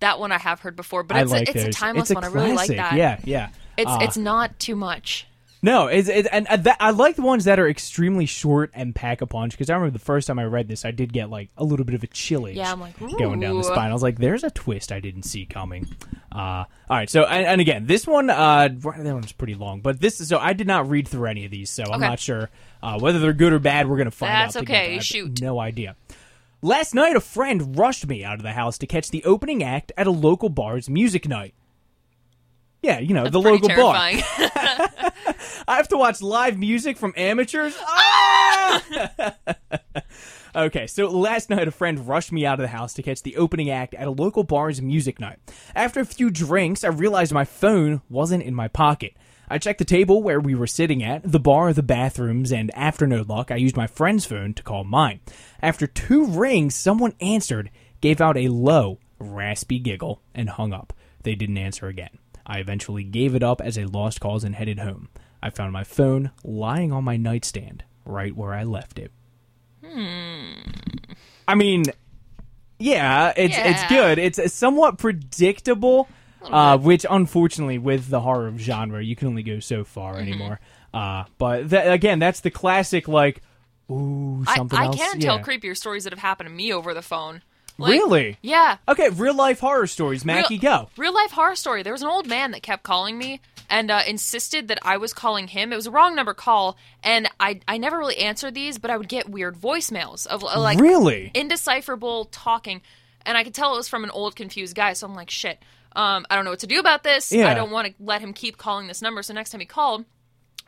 [SPEAKER 2] That one I have heard before, but
[SPEAKER 1] I
[SPEAKER 2] it's,
[SPEAKER 1] like
[SPEAKER 2] a, it's a
[SPEAKER 1] those.
[SPEAKER 2] timeless
[SPEAKER 1] It's a
[SPEAKER 2] one. I really like
[SPEAKER 1] classic.
[SPEAKER 2] that.
[SPEAKER 1] Yeah, yeah.
[SPEAKER 2] It's
[SPEAKER 1] Uh,
[SPEAKER 2] it's not too much.
[SPEAKER 1] No, it's, it's and uh, that, I like the ones that are extremely short and pack a punch because I remember the first time I read this, I did get like a little bit of a chillage.
[SPEAKER 2] Yeah, I'm like,
[SPEAKER 1] going down the
[SPEAKER 2] "Ooh."
[SPEAKER 1] spine. I was like, "There's a twist I didn't see coming." Uh, all right, so and, and again, this one, uh, right- that one's pretty long, but this, so I did not read through any of these, so I'm
[SPEAKER 2] Okay.
[SPEAKER 1] not sure uh, whether they're good or bad. We're gonna find
[SPEAKER 2] That's
[SPEAKER 1] out.
[SPEAKER 2] okay,
[SPEAKER 1] together. I have
[SPEAKER 2] shoot.
[SPEAKER 1] no idea. Last night, a friend rushed me out of the house to catch the opening act at a local bar's music night. Yeah, you know the
[SPEAKER 2] Pretty
[SPEAKER 1] local bar.
[SPEAKER 2] terrifying.
[SPEAKER 1] I have to watch live music from amateurs. Ah! okay, so last night a friend rushed me out of the house to catch the opening act at a local bar's music night. After a few drinks, I realized my phone wasn't in my pocket. I checked the table where we were sitting at, the bar, the bathrooms, and after no luck, I used my friend's phone to call mine. After two rings, someone answered, gave out a low, raspy giggle, and hung up. They didn't answer again. I eventually gave it up as a lost cause and headed home. I found my phone lying on my nightstand, right where I left it. Hmm. I mean, yeah, it's it's
[SPEAKER 2] Yeah.
[SPEAKER 1] good. It's uh, somewhat predictable, uh, which unfortunately, with the horror genre, you can only go so far
[SPEAKER 2] Mm-hmm.
[SPEAKER 1] anymore. Uh, but tha again, that's the classic like, ooh,
[SPEAKER 2] I,
[SPEAKER 1] something
[SPEAKER 2] I
[SPEAKER 1] else.
[SPEAKER 2] can tell
[SPEAKER 1] Yeah.
[SPEAKER 2] creepier stories that have happened to me over the phone. Like,
[SPEAKER 1] Really?
[SPEAKER 2] Yeah.
[SPEAKER 1] Okay, real life horror stories. Mackie, go.
[SPEAKER 2] Real life horror story. There was an old man that kept calling me and uh, insisted that I was calling him. It was a wrong number call, and I I never really answered these, but I would get weird voicemails of uh, like
[SPEAKER 1] Really?
[SPEAKER 2] indecipherable talking, and I could tell it was from an old confused guy. So I'm like, shit. Um, I don't know what to do about this.
[SPEAKER 1] Yeah.
[SPEAKER 2] I don't want to let him keep calling this number. So next time he called,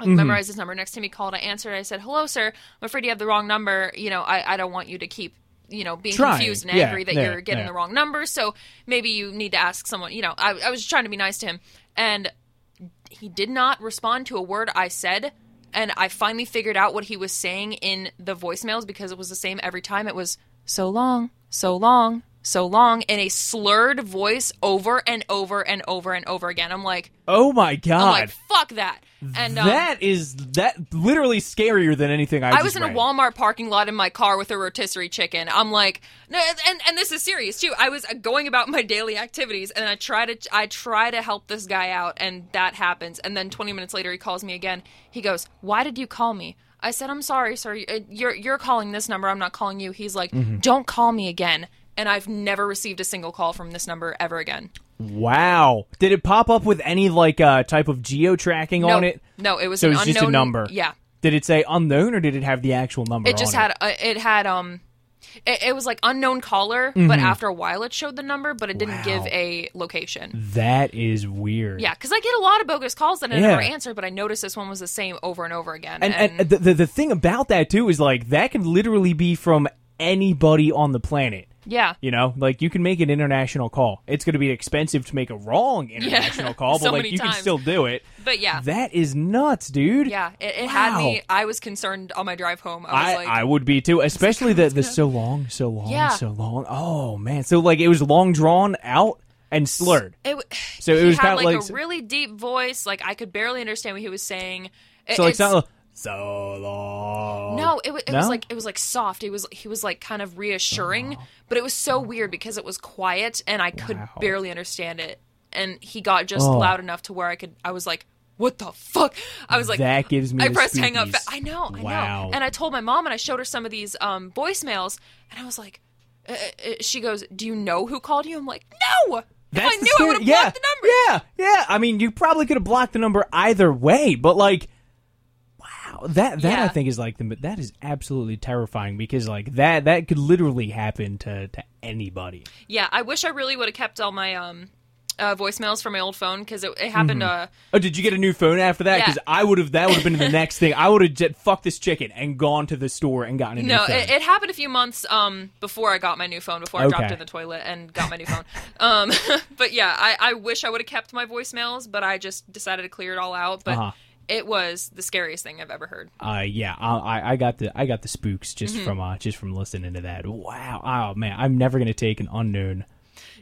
[SPEAKER 2] I
[SPEAKER 1] Mm-hmm.
[SPEAKER 2] memorized his number. Next time he called, I answered. I said, "Hello, sir. I'm afraid you have the wrong number. You know, I, I don't want you to keep, you know, being
[SPEAKER 1] Trying.
[SPEAKER 2] confused and
[SPEAKER 1] Yeah,
[SPEAKER 2] angry that
[SPEAKER 1] yeah,
[SPEAKER 2] you're getting
[SPEAKER 1] yeah.
[SPEAKER 2] the wrong number. So maybe you need to ask someone. You know, I, I was trying to be nice to him, and he did not respond to a word I said. And I finally figured out what he was saying in the voicemails because it was the same every time. It was so long, so long, so long in a slurred voice over and over and over and over again. I'm like,
[SPEAKER 1] Oh my
[SPEAKER 2] I'm
[SPEAKER 1] god.
[SPEAKER 2] like, fuck that. And um,
[SPEAKER 1] That is that literally scarier than anything I.
[SPEAKER 2] I
[SPEAKER 1] just
[SPEAKER 2] was in
[SPEAKER 1] read.
[SPEAKER 2] a Walmart parking lot in my car with a rotisserie chicken. I'm like, no, and and this is serious too. I was uh, going about my daily activities, and I try to I try to help this guy out, and that happens. And then 20 minutes later, he calls me again. He goes, "Why did you call me?" I said, "I'm sorry, sir. Uh, You're you're calling this number. I'm not calling you." He's like,
[SPEAKER 1] Mm-hmm.
[SPEAKER 2] "Don't call me again." And I've never received a single call from this number ever again.
[SPEAKER 1] Wow. Did it pop up with any like uh, type of geo tracking
[SPEAKER 2] No,
[SPEAKER 1] on it?
[SPEAKER 2] no, it was
[SPEAKER 1] so
[SPEAKER 2] an
[SPEAKER 1] it's just a
[SPEAKER 2] unknown-
[SPEAKER 1] number.
[SPEAKER 2] yeah.
[SPEAKER 1] Did it say unknown or did it have the actual number?
[SPEAKER 2] It just
[SPEAKER 1] on
[SPEAKER 2] had uh, it had um it, it was like unknown caller, but after a while it showed the number, but it didn't give
[SPEAKER 1] Mm-hmm. Wow.
[SPEAKER 2] a location.
[SPEAKER 1] That is weird.
[SPEAKER 2] Yeah, because I get a lot of bogus calls that I
[SPEAKER 1] Yeah.
[SPEAKER 2] never answer, but I noticed this one was the same over and over again.
[SPEAKER 1] And, and, the, the the thing about that too is like that could literally be from anybody on the planet.
[SPEAKER 2] yeah,
[SPEAKER 1] You know, like you can make an international call. It's going to be expensive to make a wrong international call, but
[SPEAKER 2] So
[SPEAKER 1] like
[SPEAKER 2] many
[SPEAKER 1] you
[SPEAKER 2] times.
[SPEAKER 1] can still do it.
[SPEAKER 2] but yeah,
[SPEAKER 1] That is nuts, dude.
[SPEAKER 2] yeah, it, it had
[SPEAKER 1] Wow.
[SPEAKER 2] me. I was concerned on my drive home. I was
[SPEAKER 1] I,
[SPEAKER 2] like,
[SPEAKER 1] I would be too, especially the, the so long, so long,
[SPEAKER 2] Yeah.
[SPEAKER 1] so long. Oh man, so like it was long drawn out and slurred.
[SPEAKER 2] it, w-
[SPEAKER 1] So it
[SPEAKER 2] he
[SPEAKER 1] was
[SPEAKER 2] had
[SPEAKER 1] kinda
[SPEAKER 2] like,
[SPEAKER 1] like-
[SPEAKER 2] a really deep voice, like I could barely understand what he was saying. It-
[SPEAKER 1] So like
[SPEAKER 2] it's-
[SPEAKER 1] sound like, so long.
[SPEAKER 2] No, it, wa- it
[SPEAKER 1] No?
[SPEAKER 2] was like it was like soft. It was he was like kind of reassuring, but it was so weird because it was quiet and I could
[SPEAKER 1] Oh. Wow.
[SPEAKER 2] barely understand it. And he got just
[SPEAKER 1] Oh.
[SPEAKER 2] loud enough to where I could. I was like, what the fuck? I was like,
[SPEAKER 1] That gives me
[SPEAKER 2] I
[SPEAKER 1] the
[SPEAKER 2] pressed hang up.
[SPEAKER 1] spookies.
[SPEAKER 2] I know, I
[SPEAKER 1] Wow.
[SPEAKER 2] know. And I told my mom, and I showed her some of these um, voicemails, and I was like, uh, uh, uh, she goes, "Do you know who called you?" I'm like, "No." If I knew I
[SPEAKER 1] scary-
[SPEAKER 2] would have
[SPEAKER 1] yeah,
[SPEAKER 2] blocked the number.
[SPEAKER 1] Yeah, yeah. I mean, you probably could have blocked the number either way, but like, wow, that that I
[SPEAKER 2] Yeah.
[SPEAKER 1] think is like the that is absolutely terrifying because like that that could literally happen to to anybody.
[SPEAKER 2] Yeah, I wish I really would have kept all my um, uh, voicemails from my old phone because it, it happened. Uh,
[SPEAKER 1] Oh, did you get a new phone after that?
[SPEAKER 2] Yeah.
[SPEAKER 1] Because I would have that would have been the next thing. I would have just fucked this chicken and gone to the store and gotten a new
[SPEAKER 2] no,
[SPEAKER 1] phone.
[SPEAKER 2] it, it happened a few months um, before I got my new phone. Before I dropped
[SPEAKER 1] Okay.
[SPEAKER 2] it in the toilet and got my new phone. Um, but yeah, I, I wish I would have kept my voicemails, but I just decided to clear it all out. But
[SPEAKER 1] Uh-huh.
[SPEAKER 2] it was the scariest thing I've ever heard.
[SPEAKER 1] uh, yeah, I, I- I got the I got the spooks just
[SPEAKER 2] Mm-hmm.
[SPEAKER 1] from uh, just from listening to that. Wow, oh man, I'm never gonna take an unknown.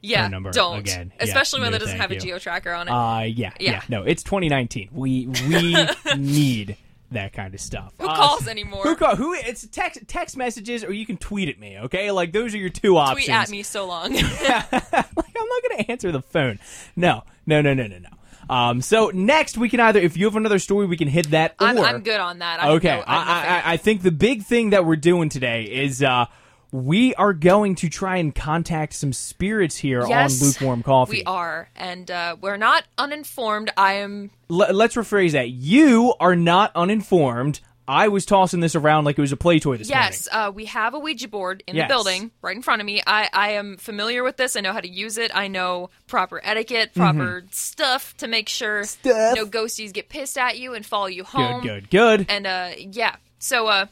[SPEAKER 2] Yeah,
[SPEAKER 1] number
[SPEAKER 2] don't.
[SPEAKER 1] again. Yeah,
[SPEAKER 2] Especially when
[SPEAKER 1] no,
[SPEAKER 2] that doesn't
[SPEAKER 1] thank
[SPEAKER 2] have a
[SPEAKER 1] you.
[SPEAKER 2] geo tracker on it.
[SPEAKER 1] Uh, yeah, yeah,
[SPEAKER 2] Yeah.
[SPEAKER 1] No, it's 2019. We we need that kind of stuff.
[SPEAKER 2] who
[SPEAKER 1] Uh,
[SPEAKER 2] calls anymore?
[SPEAKER 1] Who call? Who? It's text text messages, or you can tweet at me. Okay, like those are your two options.
[SPEAKER 2] Tweet at me so long.
[SPEAKER 1] like I'm not gonna answer the phone. No, no, no, no, no, no. Um, so next we can either, if you have another story, we can hit that. Or
[SPEAKER 2] I'm, I'm good on that. I
[SPEAKER 1] Okay,
[SPEAKER 2] know- I know
[SPEAKER 1] I,
[SPEAKER 2] things.
[SPEAKER 1] I, I think the big thing that we're doing today is uh, we are going to try and contact some spirits here
[SPEAKER 2] Yes,
[SPEAKER 1] on lukewarm coffee.
[SPEAKER 2] We are, and uh, we're not uninformed. I am.
[SPEAKER 1] L- let's rephrase that. You are not uninformed. I was tossing this around like it was a play toy this
[SPEAKER 2] Yes, uh, we have a Ouija board in
[SPEAKER 1] Yes.
[SPEAKER 2] the building right in front of me. I, I am familiar with this. I know how to use it. I know proper etiquette, proper stuff to make sure
[SPEAKER 1] Mm-hmm. Stuff.
[SPEAKER 2] no ghosties get pissed at you and follow you
[SPEAKER 1] morning.
[SPEAKER 2] home.
[SPEAKER 1] Good, good, good.
[SPEAKER 2] um, And uh, yeah, so uh,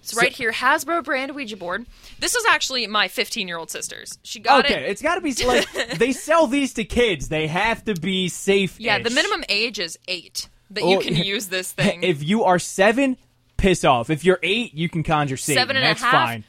[SPEAKER 2] it's right here Hasbro brand Ouija board. This is actually my 15 year old sister's. She got
[SPEAKER 1] okay,
[SPEAKER 2] it.
[SPEAKER 1] has got to be like they sell these to kids. They have to be safe.
[SPEAKER 2] Yeah, the minimum age is eight that
[SPEAKER 1] Oh,
[SPEAKER 2] you can use this thing.
[SPEAKER 1] If you are seven, piss off. If you're eight, you can conjure Satan.
[SPEAKER 2] Seven and a
[SPEAKER 1] That's
[SPEAKER 2] half?
[SPEAKER 1] fine.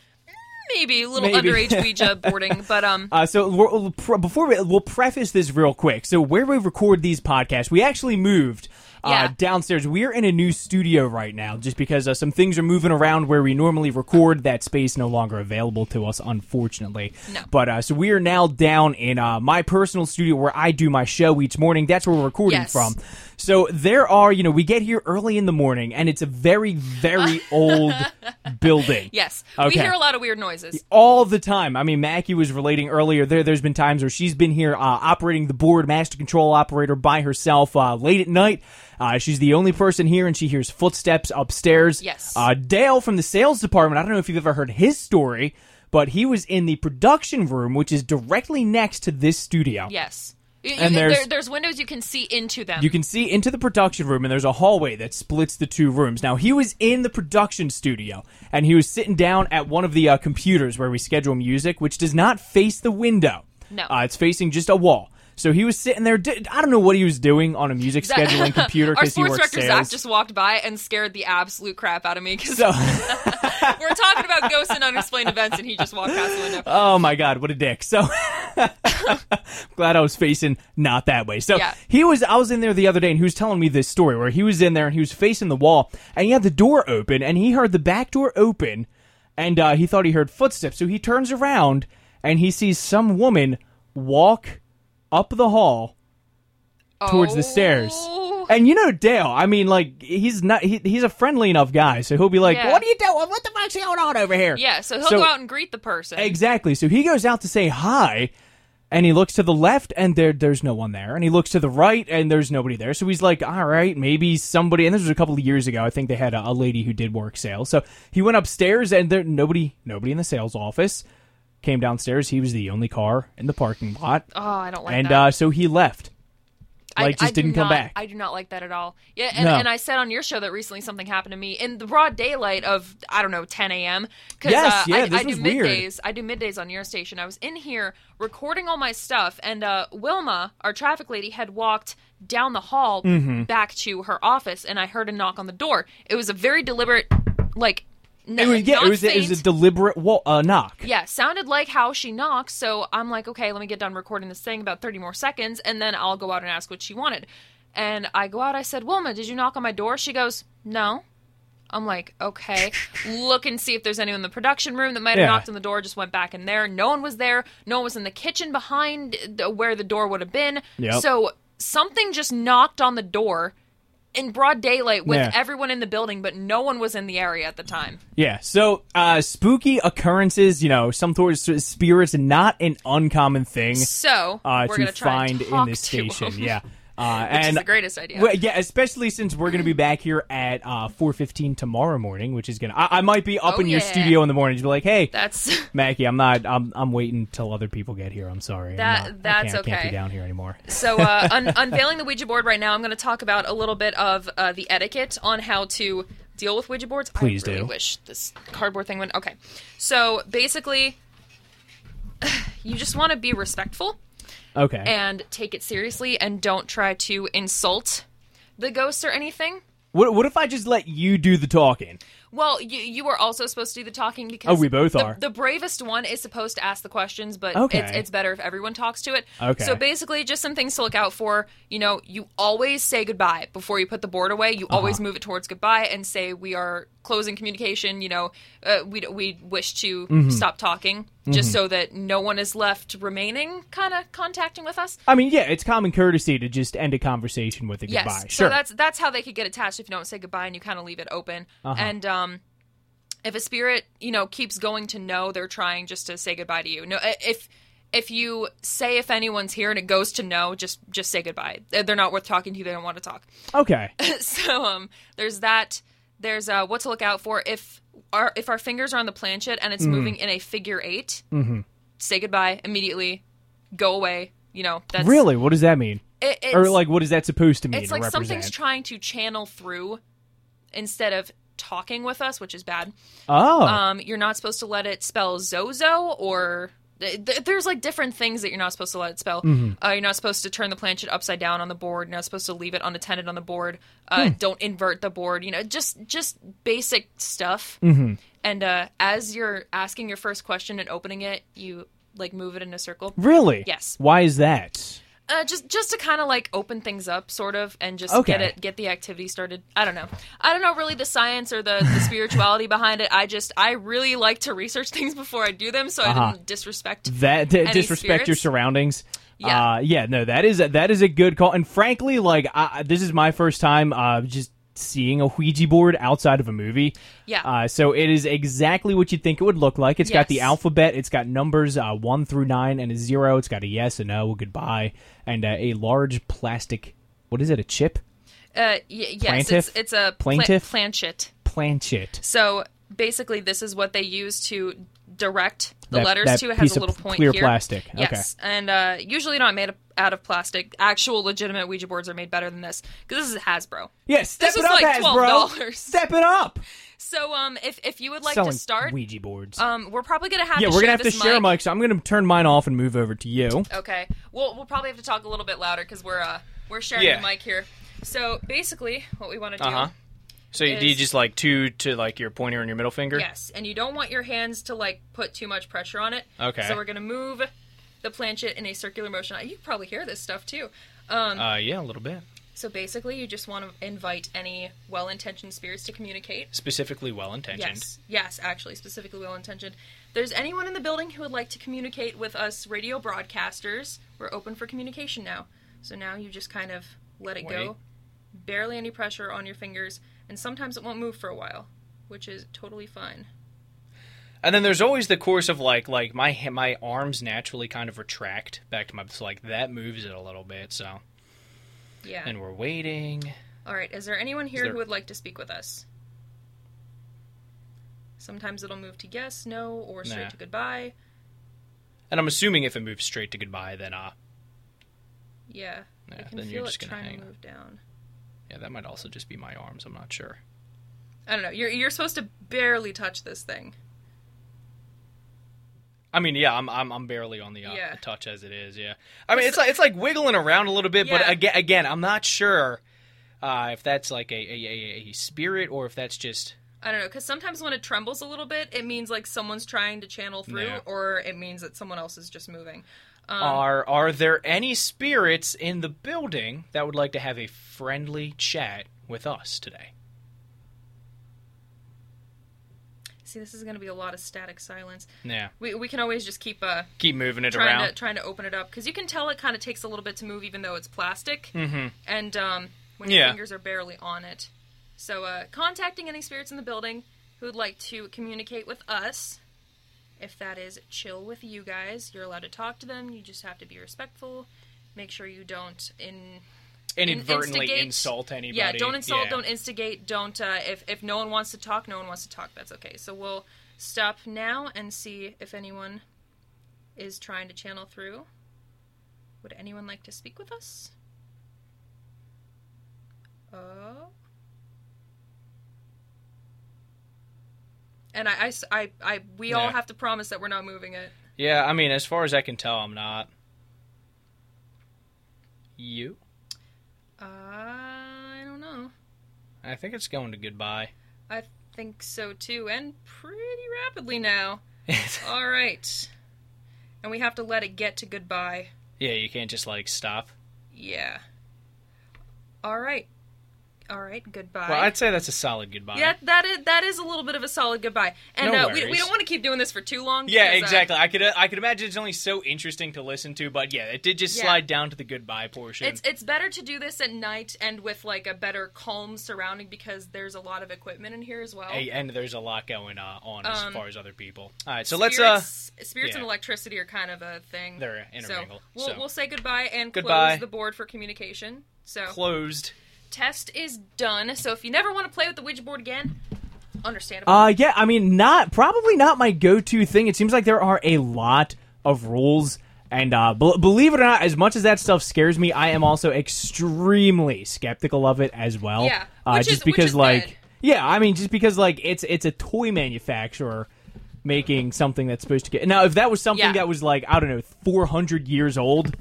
[SPEAKER 2] maybe a little
[SPEAKER 1] Maybe.
[SPEAKER 2] underage Ouija boarding, but um,
[SPEAKER 1] Uh, so we're, we'll pre- before we, we'll preface this real quick. So where we record these podcasts, we actually moved. Uh,
[SPEAKER 2] Yeah.
[SPEAKER 1] downstairs we're in a new studio right now just because uh, some things are moving around where we normally record that space no longer available to us unfortunately
[SPEAKER 2] No.
[SPEAKER 1] but uh, so we are now down in uh, my personal studio where i do my show each morning that's where we're recording
[SPEAKER 2] Yes.
[SPEAKER 1] from so there are you know we get here early in the morning and it's a very very old building
[SPEAKER 2] yes, we
[SPEAKER 1] Okay
[SPEAKER 2] hear a lot of weird noises.
[SPEAKER 1] all the time. I mean, Mackie was relating earlier. There, there's been times where she's been here uh, operating the board, master control operator by herself uh, late at night. Uh, she's the only person here, and she hears footsteps upstairs.
[SPEAKER 2] Yes.
[SPEAKER 1] Uh, Dale from the sales department. I don't know if you've ever heard his story, but he was in the production room, which is directly next to this studio.
[SPEAKER 2] Yes. You- you-
[SPEAKER 1] And
[SPEAKER 2] there-
[SPEAKER 1] there's-
[SPEAKER 2] there's, windows you can see into them.
[SPEAKER 1] You can see into the production room, and there's a hallway that splits the two rooms. Now, he was in the production studio, and he was sitting down at one of the uh, computers where we schedule music, which does not face the window.
[SPEAKER 2] No.
[SPEAKER 1] Uh, it's facing just a wall. So he was sitting there. Di- I don't know what he was doing on a music
[SPEAKER 2] That-
[SPEAKER 1] scheduling computer
[SPEAKER 2] Our
[SPEAKER 1] because he
[SPEAKER 2] sports
[SPEAKER 1] works
[SPEAKER 2] director
[SPEAKER 1] sales.
[SPEAKER 2] Zach just walked by and scared the absolute crap out of me because
[SPEAKER 1] so,
[SPEAKER 2] we're talking about ghosts and unexplained events, and he just walked past the window.
[SPEAKER 1] oh my god, what a dick! So glad I was facing not that way. So
[SPEAKER 2] Yeah.
[SPEAKER 1] he was. I was in there the other day, and he was telling me this story where he was in there and he was facing the wall, and he had the door open, and he heard the back door open, and uh, he thought he heard footsteps. So he turns around and he sees some woman walk up the hall towards the stairs.
[SPEAKER 2] Oh.
[SPEAKER 1] And you know Dale, I mean, like he's not he, he's a friendly enough guy, so he'll be like,
[SPEAKER 2] Yeah.
[SPEAKER 1] "What are you doing? What the fuck's going on over here?"
[SPEAKER 2] yeah, so he'll go out and greet the person.
[SPEAKER 1] Exactly. So he goes out to say hi, and he looks to the left, and there there's no one there. And he looks to the right, and there's nobody there. So he's like, all right, maybe somebody. And this was a couple of years ago. I think they had a, a lady who did work sales. So he went upstairs, and there nobody nobody in the sales office. Came downstairs. He was the only car in the parking lot,
[SPEAKER 2] oh, I don't like
[SPEAKER 1] and
[SPEAKER 2] that.
[SPEAKER 1] uh, so he left.
[SPEAKER 2] I-
[SPEAKER 1] like,
[SPEAKER 2] I
[SPEAKER 1] just
[SPEAKER 2] do
[SPEAKER 1] didn't come
[SPEAKER 2] not-
[SPEAKER 1] back.
[SPEAKER 2] I do not like that at all. Yeah, and,
[SPEAKER 1] No.
[SPEAKER 2] and I said on your show that recently something happened to me in the broad daylight of I don't know 10 a.m. Because
[SPEAKER 1] Yes,
[SPEAKER 2] uh,
[SPEAKER 1] yeah,
[SPEAKER 2] I,
[SPEAKER 1] this
[SPEAKER 2] I do
[SPEAKER 1] was
[SPEAKER 2] middays.
[SPEAKER 1] weird.
[SPEAKER 2] I do middays on your station. I was in here recording all my stuff, and uh, Wilma, our traffic lady, had walked down the hall
[SPEAKER 1] Mm-hmm.
[SPEAKER 2] back to her office, and I heard a knock on the door. It was a very deliberate, like. n-
[SPEAKER 1] It was, yeah, it was, it was
[SPEAKER 2] non-faint-
[SPEAKER 1] a deliberate wa- uh, knock.
[SPEAKER 2] yeah, sounded like how she knocks. So I'm like, okay, let me get done recording this thing about 30 more seconds, and then I'll go out and ask what she wanted. And I go out, I said, Wilma, did you knock on my door? She goes, no. I'm like, okay. Look and see if there's anyone in the production room that might have
[SPEAKER 1] Yeah.
[SPEAKER 2] knocked on the door, just went back in there. No one was there. No one was in the kitchen behind uh, where the door would have been.
[SPEAKER 1] Yep.
[SPEAKER 2] So something just knocked on the door in broad daylight with
[SPEAKER 1] Yeah.
[SPEAKER 2] everyone in the building, but no one was in the area at the time.
[SPEAKER 1] Yeah. So, uh, spooky occurrences, you know, some sort of spirits, not an uncommon thing
[SPEAKER 2] So
[SPEAKER 1] uh,
[SPEAKER 2] we're
[SPEAKER 1] to
[SPEAKER 2] gonna try
[SPEAKER 1] find
[SPEAKER 2] and
[SPEAKER 1] in
[SPEAKER 2] talk
[SPEAKER 1] this
[SPEAKER 2] to 'em,
[SPEAKER 1] station. Yeah. Uh,
[SPEAKER 2] which
[SPEAKER 1] and
[SPEAKER 2] is the greatest idea.
[SPEAKER 1] Well, yeah, especially since we're going to be back here at uh, four fifteen tomorrow morning, which is going to. I might be up
[SPEAKER 2] Oh,
[SPEAKER 1] in your
[SPEAKER 2] yeah.
[SPEAKER 1] studio in the morning. to be like, hey,
[SPEAKER 2] That's
[SPEAKER 1] Mackie, I'm not. I'm I'm waiting till other people get here. I'm sorry. I'm
[SPEAKER 2] That-
[SPEAKER 1] not- I
[SPEAKER 2] that's
[SPEAKER 1] can't- I can't be
[SPEAKER 2] okay.
[SPEAKER 1] down here anymore.
[SPEAKER 2] So, uh, un- unveiling the Ouija board right now, I'm going to talk about a little bit of uh, the etiquette on how to deal with Ouija boards.
[SPEAKER 1] Please
[SPEAKER 2] I really
[SPEAKER 1] do.
[SPEAKER 2] wish this cardboard thing went. Okay. So, basically, you just want to be respectful
[SPEAKER 1] Okay.
[SPEAKER 2] and take it seriously and don't try to insult the ghosts or anything.
[SPEAKER 1] what What if I just let you do the talking?
[SPEAKER 2] Well, you you are also supposed to do the talking because
[SPEAKER 1] Oh, we both
[SPEAKER 2] the,
[SPEAKER 1] are.
[SPEAKER 2] The bravest one is supposed to ask the questions, but
[SPEAKER 1] Okay.
[SPEAKER 2] it's, it's better if everyone talks to it.
[SPEAKER 1] Okay.
[SPEAKER 2] So basically, just some things to look out for. You know, you always say goodbye before you put the board away. You
[SPEAKER 1] Uh-huh.
[SPEAKER 2] always move it towards goodbye and say we are closing communication. You know, uh, we d- we wish to
[SPEAKER 1] Mm-hmm.
[SPEAKER 2] stop talking, just so that no one is left remaining, kind of contacting with us.
[SPEAKER 1] I mean, yeah, it's common courtesy to just end a conversation with a
[SPEAKER 2] Yes.
[SPEAKER 1] goodbye.
[SPEAKER 2] So
[SPEAKER 1] Sure.
[SPEAKER 2] that's that's how they could get attached if you don't say goodbye and you kind of leave it open.
[SPEAKER 1] Uh-huh.
[SPEAKER 2] And um, if a spirit, you know, keeps going to no, they're trying just to say goodbye to you. No, i- if if you say if anyone's here and it goes to no, just just say goodbye. They're they're not worth talking to. They don't want to talk.
[SPEAKER 1] okay.
[SPEAKER 2] so um, there's that. There's uh, what to look out for if our if our fingers are on the planchet and it's
[SPEAKER 1] Mm.
[SPEAKER 2] moving in a figure 8
[SPEAKER 1] Mm-hmm.
[SPEAKER 2] Say goodbye immediately. Go away. You know that's
[SPEAKER 1] really? What does that mean?
[SPEAKER 2] It, it's,
[SPEAKER 1] or like, what is that supposed to mean?
[SPEAKER 2] it's
[SPEAKER 1] or
[SPEAKER 2] like
[SPEAKER 1] represent?
[SPEAKER 2] something's trying to channel through instead of talking with us, which is bad.
[SPEAKER 1] oh.
[SPEAKER 2] Um, you're not supposed to let it spell Zozo or. th- th- There's like different things that you're not supposed to let it spell.
[SPEAKER 1] Mm-hmm.
[SPEAKER 2] Uh, you're not supposed to turn the planchet upside down on the board. You're not supposed to leave it unattended on the board. Uh,
[SPEAKER 1] Hmm.
[SPEAKER 2] Don't invert the board. You know, just just basic stuff.
[SPEAKER 1] Mm-hmm.
[SPEAKER 2] And uh, as you're asking your first question and opening it, you like move it in a circle.
[SPEAKER 1] really?
[SPEAKER 2] yes.
[SPEAKER 1] Why is that?
[SPEAKER 2] Uh, just just to kind of like open things up, sort of, and just
[SPEAKER 1] Okay.
[SPEAKER 2] get it get the activity started. I don't know. I don't know really the science or the, the spirituality behind it. I just I really like to research things before I do them, so
[SPEAKER 1] Uh-huh.
[SPEAKER 2] I didn't disrespect.
[SPEAKER 1] that d-
[SPEAKER 2] Any
[SPEAKER 1] disrespect your
[SPEAKER 2] spirits?
[SPEAKER 1] surroundings.
[SPEAKER 2] Yeah.
[SPEAKER 1] uh, yeah. No, that is a, that is a good call. And frankly, like I, this is my first time uh, just seeing a Ouija board outside of a movie.
[SPEAKER 2] Yeah.
[SPEAKER 1] Uh, so it is exactly what you'd think it would look like. It's got the
[SPEAKER 2] Yes.
[SPEAKER 1] alphabet. It's got numbers uh, one through nine and a zero. It's got a yes, a no, a goodbye, and uh, a large plastic. What is it? A chip
[SPEAKER 2] uh, y- yes,
[SPEAKER 1] Plaintiff?
[SPEAKER 2] it's it's a
[SPEAKER 1] Plaintiff?
[SPEAKER 2] pla- planchet.
[SPEAKER 1] planchet.
[SPEAKER 2] So basically, this is what they use to direct the
[SPEAKER 1] That-
[SPEAKER 2] letters
[SPEAKER 1] that
[SPEAKER 2] to.
[SPEAKER 1] piece
[SPEAKER 2] It has a
[SPEAKER 1] of
[SPEAKER 2] little point
[SPEAKER 1] clear
[SPEAKER 2] here.
[SPEAKER 1] plastic. Okay.
[SPEAKER 2] Yes, and uh, usually not made out of plastic. Actual legitimate Ouija boards are made better than this because this is Hasbro.
[SPEAKER 1] Yeah, step
[SPEAKER 2] This
[SPEAKER 1] it
[SPEAKER 2] was
[SPEAKER 1] up,
[SPEAKER 2] like
[SPEAKER 1] Hasbro.
[SPEAKER 2] $12.
[SPEAKER 1] Step it up.
[SPEAKER 2] So um, if if you would like
[SPEAKER 1] Selling
[SPEAKER 2] to start,
[SPEAKER 1] Ouija boards.
[SPEAKER 2] um, we're probably gonna have
[SPEAKER 1] yeah,
[SPEAKER 2] to
[SPEAKER 1] we're
[SPEAKER 2] share
[SPEAKER 1] gonna have to
[SPEAKER 2] this
[SPEAKER 1] share
[SPEAKER 2] mic.
[SPEAKER 1] mics. So I'm gonna turn mine off and move over to you.
[SPEAKER 2] Okay. We'll we'll probably have to talk a little bit louder because we're uh we're sharing
[SPEAKER 6] Yeah.
[SPEAKER 2] the mic here. So basically, what we want to do.
[SPEAKER 6] Uh-huh. So you, do you
[SPEAKER 2] is-
[SPEAKER 6] just like two to like your pointer and your middle finger?
[SPEAKER 2] Yes, and you don't want your hands to like put too much pressure on it.
[SPEAKER 6] Okay.
[SPEAKER 2] So we're gonna move the planchet in a circular motion. You can probably hear this stuff too. Um,
[SPEAKER 6] Uh, yeah, a little bit.
[SPEAKER 2] so basically, you just want to invite any well-intentioned spirits to communicate.
[SPEAKER 6] Specifically, well intentioned.
[SPEAKER 2] Yes, yes, actually, specifically well intentioned. There's anyone in the building who would like to communicate with us radio broadcasters. We're open for communication now. So now you just kind of let it
[SPEAKER 6] Wait.
[SPEAKER 2] go. Barely any pressure on your fingers, and sometimes it won't move for a while, which is totally fine.
[SPEAKER 6] And then there's always the course of like like my ha- my arms naturally kind of retract back to my so like that moves it a little bit. So
[SPEAKER 2] Yeah.
[SPEAKER 6] and we're waiting.
[SPEAKER 2] All right, is there anyone here
[SPEAKER 6] there-
[SPEAKER 2] who would like to speak with us? Sometimes it'll move to yes, no, or straight
[SPEAKER 6] Nah.
[SPEAKER 2] to goodbye.
[SPEAKER 6] And I'm assuming if it moves straight to goodbye, then uh
[SPEAKER 2] Yeah. I
[SPEAKER 6] Yeah,
[SPEAKER 2] can
[SPEAKER 6] then
[SPEAKER 2] feel
[SPEAKER 6] you're
[SPEAKER 2] it
[SPEAKER 6] just gonna
[SPEAKER 2] trying
[SPEAKER 6] hang.
[SPEAKER 2] to move down.
[SPEAKER 6] yeah, that might also just be my arms. I'm not sure.
[SPEAKER 2] I don't know. You're you're supposed to barely touch this thing.
[SPEAKER 6] I mean, yeah, I'm I'm, I'm barely on the, uh,
[SPEAKER 2] Yeah.
[SPEAKER 6] the touch as it is. Yeah, I mean, it's like it's like wiggling around a little bit, but
[SPEAKER 2] Yeah.
[SPEAKER 6] again, again, I'm not sure uh, if that's like a, a, a, a spirit or if that's just
[SPEAKER 2] I don't know, because sometimes when it trembles a little bit, it means like someone's trying to channel through,
[SPEAKER 6] Yeah.
[SPEAKER 2] or it means that someone else is just moving. Um.
[SPEAKER 6] are are there any spirits in the building that would like to have a friendly chat with us today?
[SPEAKER 2] See, this is going to be a lot of static silence.
[SPEAKER 6] Yeah,
[SPEAKER 2] We, we can always just keep uh,
[SPEAKER 6] keep moving it
[SPEAKER 2] trying
[SPEAKER 6] around.
[SPEAKER 2] to trying to open it up because you can tell it kind of takes a little bit to move, even though it's plastic. Mm-hmm. And um, when your
[SPEAKER 6] Yeah.
[SPEAKER 2] fingers are barely on it. So, uh, contacting any spirits in the building who would like to communicate with us. If that is chill with you guys, you're allowed to talk to them. You just have to be respectful. Make sure you don't in
[SPEAKER 6] Inadvertently
[SPEAKER 2] instigate-
[SPEAKER 6] insult anybody.
[SPEAKER 2] Yeah, don't insult,
[SPEAKER 6] Yeah.
[SPEAKER 2] don't instigate, don't. Uh, if if no one wants to talk, no one wants to talk. That's okay. So we'll stop now and see if anyone is trying to channel through. Would anyone like to speak with us? Oh. And I, I s- I- I- we all
[SPEAKER 6] Yeah.
[SPEAKER 2] have to promise that we're not moving it.
[SPEAKER 6] Yeah, I mean, as far as I can tell, I'm not. You?
[SPEAKER 2] Uh, I don't know.
[SPEAKER 6] I think it's going to goodbye.
[SPEAKER 2] I think so too, and pretty rapidly now. All right. And we have to let it get to goodbye.
[SPEAKER 6] yeah, you can't just like stop.
[SPEAKER 2] Yeah. All right. All right. Goodbye.
[SPEAKER 6] Well, I'd say that's a solid goodbye.
[SPEAKER 2] yeah, that is that is a little bit of a solid goodbye. And
[SPEAKER 6] No
[SPEAKER 2] uh, we, we
[SPEAKER 6] worries.
[SPEAKER 2] don't want to keep doing this for too long.
[SPEAKER 6] Yeah,
[SPEAKER 2] because, uh,
[SPEAKER 6] exactly. I could I could imagine it's only so interesting to listen to, but yeah, it did just
[SPEAKER 2] Yeah.
[SPEAKER 6] slide down to the goodbye portion.
[SPEAKER 2] It's it's better to do this at night and with like a better calm surrounding because there's a lot of equipment in here as well.
[SPEAKER 6] Hey, and there's a lot going uh, on as
[SPEAKER 2] Um,
[SPEAKER 6] far as other people. All right, so let's uh
[SPEAKER 2] spirits, spirits and
[SPEAKER 6] yeah.
[SPEAKER 2] electricity are kind of a thing.
[SPEAKER 6] They're intermingled,
[SPEAKER 2] So we'll,
[SPEAKER 6] so.
[SPEAKER 2] we'll say goodbye and
[SPEAKER 6] Goodbye.
[SPEAKER 2] close the board for communication. So
[SPEAKER 6] closed.
[SPEAKER 2] test is done. So if you never want to play with the Ouija board again, understandable.
[SPEAKER 1] Uh, yeah, I mean, not probably not my go-to thing. It seems like there are a lot of rules, and uh, bel believe it or not, as much as that stuff scares me, I am also extremely skeptical of it as well.
[SPEAKER 2] Yeah,
[SPEAKER 1] uh,
[SPEAKER 2] which is-
[SPEAKER 1] just
[SPEAKER 2] which
[SPEAKER 1] because
[SPEAKER 2] is
[SPEAKER 1] like,
[SPEAKER 2] good.
[SPEAKER 1] yeah, I mean, just because like it's it's a toy manufacturer making something that's supposed to get now. If that was something
[SPEAKER 2] Yeah.
[SPEAKER 1] that was like I don't know, four hundred years old.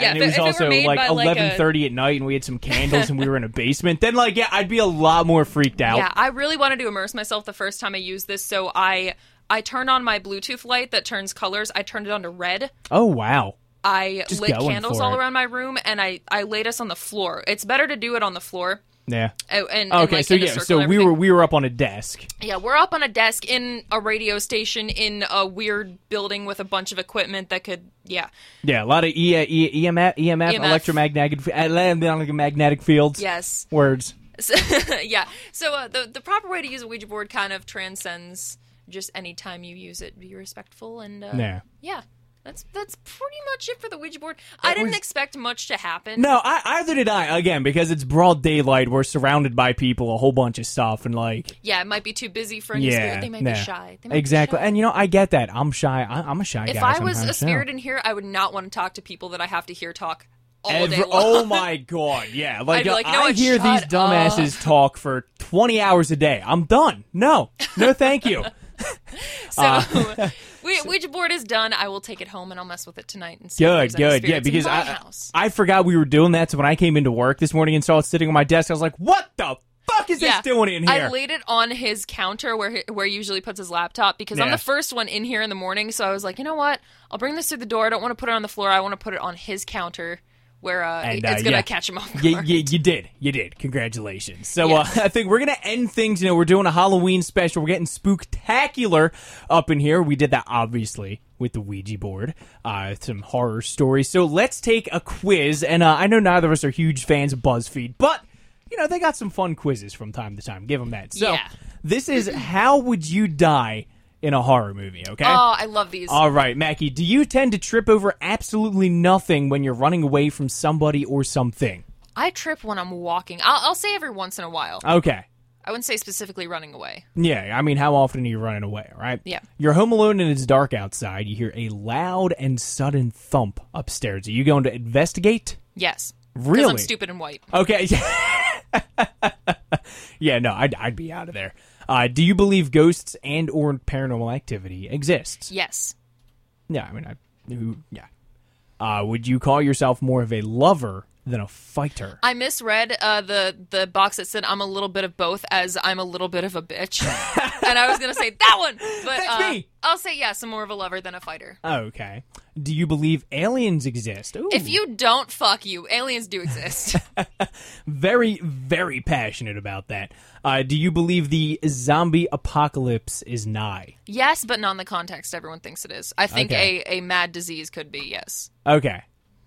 [SPEAKER 2] Yeah,
[SPEAKER 1] and
[SPEAKER 2] if it-
[SPEAKER 1] it was
[SPEAKER 2] if it were
[SPEAKER 1] also
[SPEAKER 2] made
[SPEAKER 1] like
[SPEAKER 2] by, like, a-
[SPEAKER 1] eleven thirty at night, and we had some candles, and we were in a basement. Then, like, yeah, I'd be a lot more freaked out.
[SPEAKER 2] Yeah, I really wanted to immerse myself the first time I used this, so I I turned on my Bluetooth light that turns colors. I turned it on to red.
[SPEAKER 1] Oh wow.
[SPEAKER 2] I
[SPEAKER 1] Just
[SPEAKER 2] lit
[SPEAKER 1] going
[SPEAKER 2] candles
[SPEAKER 1] for
[SPEAKER 2] all
[SPEAKER 1] it.
[SPEAKER 2] around my room, and I I laid us on the floor. It's better to do it on the floor.
[SPEAKER 1] Yeah.
[SPEAKER 2] Oh, and, and,
[SPEAKER 1] Okay,
[SPEAKER 2] like,
[SPEAKER 1] so
[SPEAKER 2] in a
[SPEAKER 1] yeah,
[SPEAKER 2] circle
[SPEAKER 1] so
[SPEAKER 2] and
[SPEAKER 1] we
[SPEAKER 2] everything.
[SPEAKER 1] were we were up on a desk.
[SPEAKER 2] Yeah, we're up on a desk in a radio station in a weird building with a bunch of equipment that could, yeah.
[SPEAKER 1] Yeah, a lot of e, e, EMF, EMF,
[SPEAKER 2] EMF.
[SPEAKER 1] electromagnetic, electromagnetic fields.
[SPEAKER 2] Yes.
[SPEAKER 1] Words.
[SPEAKER 2] So- yeah. So uh, the the proper way to use a Ouija board kind of transcends just any time you use it. Be respectful and uh,
[SPEAKER 1] Yeah.
[SPEAKER 2] yeah. That's that's pretty much it for the Ouija board. I didn't
[SPEAKER 1] was-
[SPEAKER 2] expect much to happen.
[SPEAKER 1] No, I, either did I. Again, because it's broad daylight, we're surrounded by people, a whole bunch of stuff, and like,
[SPEAKER 2] Yeah, it might be too busy for any
[SPEAKER 1] yeah,
[SPEAKER 2] spirit. They might
[SPEAKER 1] nah.
[SPEAKER 2] be shy. They might be
[SPEAKER 1] exactly.
[SPEAKER 2] shy.
[SPEAKER 1] And you know, I get that. I'm shy. I, I'm a shy
[SPEAKER 2] if
[SPEAKER 1] guy.
[SPEAKER 2] I was a
[SPEAKER 1] sometimes,
[SPEAKER 2] spirit
[SPEAKER 1] yeah.
[SPEAKER 2] in here, I would not want to talk to people that I have to hear talk all day
[SPEAKER 1] Every-
[SPEAKER 2] long.
[SPEAKER 1] oh my god, yeah. Like,
[SPEAKER 2] be like, "You know
[SPEAKER 1] I
[SPEAKER 2] what?
[SPEAKER 1] hear these
[SPEAKER 2] Shut
[SPEAKER 1] dumbasses talk for 20 hours a day. I'm done. No, no, thank you.
[SPEAKER 2] So, we, Ouija board is done. I will take it home and I'll mess with it tonight and see.
[SPEAKER 1] Good,
[SPEAKER 2] if there's any
[SPEAKER 1] good, yeah.
[SPEAKER 2] spirits in
[SPEAKER 1] Because
[SPEAKER 2] my
[SPEAKER 1] I
[SPEAKER 2] house.
[SPEAKER 1] I forgot we were doing that. So when I came into work this morning and saw it sitting on my desk, I was like, "What the fuck is
[SPEAKER 2] yeah,
[SPEAKER 1] this doing in here?"
[SPEAKER 2] I laid it on his counter where he, where he usually puts his laptop because I'm
[SPEAKER 1] Yeah.
[SPEAKER 2] the first one in here in the morning. So I was like, you know what? I'll bring this through the door. I don't want to put it on the floor. I want to put it on his counter where uh,
[SPEAKER 1] And, uh,
[SPEAKER 2] it's gonna
[SPEAKER 1] yeah.
[SPEAKER 2] catch him off guard.
[SPEAKER 1] you, you, you did. You did. Congratulations. So uh, I think we're going to end things. You know, we're doing a Halloween special. We're getting spooktacular up in here. We did that, obviously, with the Ouija board, uh, some horror stories. So let's take a quiz. And uh, I know neither of us are huge fans of BuzzFeed, but, you know, they got some fun quizzes from time to time. Give them that. So
[SPEAKER 2] Yeah.
[SPEAKER 1] this is how would you die in a horror movie, okay?
[SPEAKER 2] Oh, I love these.
[SPEAKER 1] All right, Mackie, do you tend to trip over absolutely nothing when you're running away from somebody or something?
[SPEAKER 2] I trip when I'm walking. I'll, I'll say every once in a while.
[SPEAKER 1] Okay.
[SPEAKER 2] I wouldn't say specifically running away.
[SPEAKER 1] Yeah, I mean, how often are you running away, right?
[SPEAKER 2] Yeah.
[SPEAKER 1] You're home alone and it's dark outside. You hear a loud and sudden thump upstairs. Are you going to investigate?
[SPEAKER 2] Yes, because
[SPEAKER 1] Really?
[SPEAKER 2] I'm stupid and white.
[SPEAKER 1] Okay. yeah, no, I'd, I'd be out of there. Uh, do you believe ghosts and or paranormal activity exists?
[SPEAKER 2] Yes.
[SPEAKER 1] Yeah, I mean, I, who, yeah. Uh, would you call yourself more of a lover than a fighter?
[SPEAKER 2] I misread uh, the the box that said I'm a little bit of both as I'm a little bit of a bitch, and I was gonna say that one, but
[SPEAKER 1] That's
[SPEAKER 2] uh,
[SPEAKER 1] me.
[SPEAKER 2] I'll say yes, I'm more of a lover than a fighter.
[SPEAKER 1] okay. Do you believe aliens exist? Ooh.
[SPEAKER 2] If you don't, fuck you. Aliens do exist.
[SPEAKER 1] very very passionate about that uh, do you believe the zombie apocalypse is nigh
[SPEAKER 2] yes, but not in the context everyone thinks it is. I think
[SPEAKER 1] Okay.
[SPEAKER 2] a a mad disease could be yes.
[SPEAKER 1] okay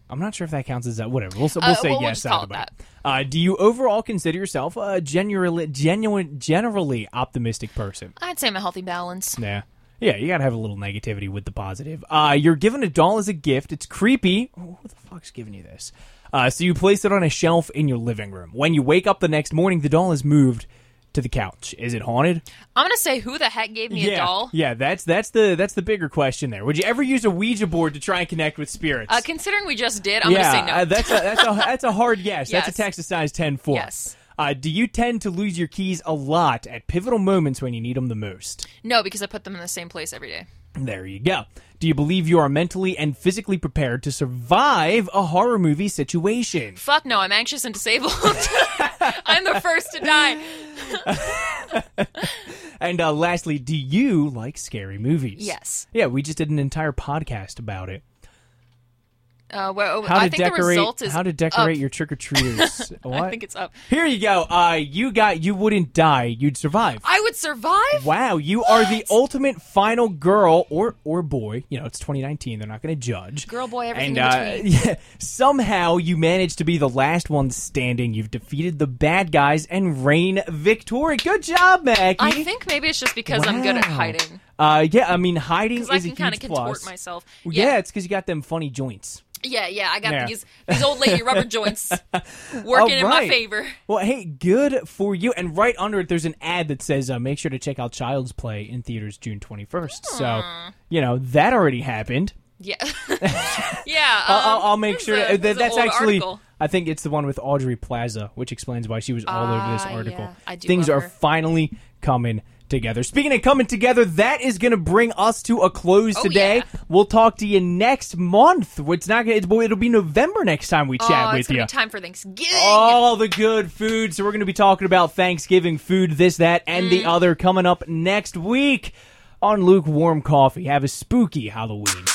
[SPEAKER 1] I'm not sure if that counts as that. Whatever. We'll, s- we'll
[SPEAKER 2] Uh,
[SPEAKER 1] say
[SPEAKER 2] we'll- we'll
[SPEAKER 1] yes
[SPEAKER 2] just call
[SPEAKER 1] out of
[SPEAKER 2] it
[SPEAKER 1] the box. Uh, do you overall consider yourself a generally, genuine, generally optimistic person?
[SPEAKER 2] I'd say I'm a healthy balance.
[SPEAKER 1] Yeah. Yeah, you gotta have a little negativity with the positive. Uh, you're given a doll as a gift. It's creepy. Oh, who the fuck's giving you this? Uh, so you place it on a shelf in your living room. When you wake up the next morning, the doll is moved to the couch. Is it haunted?
[SPEAKER 2] I'm gonna say who the heck gave me
[SPEAKER 1] yeah,
[SPEAKER 2] a doll?
[SPEAKER 1] yeah. That's that's the that's the bigger question there. Would you ever use a Ouija board to try and connect with spirits?
[SPEAKER 2] Uh, considering we just did, I'm
[SPEAKER 1] yeah,
[SPEAKER 2] gonna say no.
[SPEAKER 1] uh, that's a, that's a that's a hard yes. That's
[SPEAKER 2] Yes.
[SPEAKER 1] a Texas size ten four.
[SPEAKER 2] Yes.
[SPEAKER 1] Uh, do you tend to lose your keys a lot at pivotal moments when you need them the most?
[SPEAKER 2] no, because I put them in the same place every day.
[SPEAKER 1] There you go. Do you believe you are mentally and physically prepared to survive a horror movie situation?
[SPEAKER 2] Fuck no, I'm anxious and disabled. I'm the first to die.
[SPEAKER 1] And uh, lastly, do you like scary movies?
[SPEAKER 2] Yes.
[SPEAKER 1] Yeah, we just did an entire podcast about it.
[SPEAKER 2] Uh, well,
[SPEAKER 1] How
[SPEAKER 2] I
[SPEAKER 1] to
[SPEAKER 2] think the
[SPEAKER 1] decorate?
[SPEAKER 2] result is
[SPEAKER 1] how to decorate
[SPEAKER 2] up.
[SPEAKER 1] your trick or treaters?
[SPEAKER 2] I think it's up.
[SPEAKER 1] Here you go. Uh, you got. You wouldn't die. You'd survive.
[SPEAKER 2] I would survive.
[SPEAKER 1] Wow, you are the ultimate final girl or or boy. You know, it's 2019. They're not going to judge.
[SPEAKER 2] Girl, boy, everything
[SPEAKER 1] and,
[SPEAKER 2] in
[SPEAKER 1] uh, yeah, somehow you managed to be the last one standing. You've defeated the bad guys and reign victory. Good job, Maggie.
[SPEAKER 2] I think maybe it's just because I'm good at
[SPEAKER 1] Wow.
[SPEAKER 2] hiding.
[SPEAKER 1] Uh, yeah, I mean, hiding is
[SPEAKER 2] Because
[SPEAKER 1] a
[SPEAKER 2] I can
[SPEAKER 1] huge
[SPEAKER 2] kind of contort
[SPEAKER 1] plus.
[SPEAKER 2] myself.
[SPEAKER 1] Well,
[SPEAKER 2] Yeah,
[SPEAKER 1] it's because you got them funny joints.
[SPEAKER 2] yeah, yeah. I got
[SPEAKER 1] Yeah. Oh,
[SPEAKER 2] these these old lady rubber joints working in my
[SPEAKER 1] Alright.
[SPEAKER 2] favor.
[SPEAKER 1] Well, hey, good for you. And right under it, there's an ad that says, uh, "Make sure to check out Child's Play in theaters June 21st."
[SPEAKER 2] Hmm.
[SPEAKER 1] So, you know that already happened.
[SPEAKER 2] Yeah, yeah. Um,
[SPEAKER 1] I'll, I'll make
[SPEAKER 2] this is
[SPEAKER 1] sure
[SPEAKER 2] a-
[SPEAKER 1] that-
[SPEAKER 2] this is an
[SPEAKER 1] that's
[SPEAKER 2] old
[SPEAKER 1] actually.
[SPEAKER 2] article.
[SPEAKER 1] I think it's the one with Audrey Plaza, which explains why she was all over this
[SPEAKER 2] Ah,
[SPEAKER 1] article.
[SPEAKER 2] yeah. I do
[SPEAKER 1] Things
[SPEAKER 2] love
[SPEAKER 1] are
[SPEAKER 2] her.
[SPEAKER 1] finally coming together. Speaking of coming together, that is going to bring us to a close today.
[SPEAKER 2] Oh, yeah.
[SPEAKER 1] We'll talk to you next month. It's not going. to It'll be November next time we chat
[SPEAKER 2] oh,
[SPEAKER 1] with
[SPEAKER 2] it's
[SPEAKER 1] you
[SPEAKER 2] gonna be time for Thanksgiving.
[SPEAKER 1] all the good food. So we're going to be talking about Thanksgiving food, this, that, and the other coming up next week on lukewarm coffee. Have a spooky Halloween.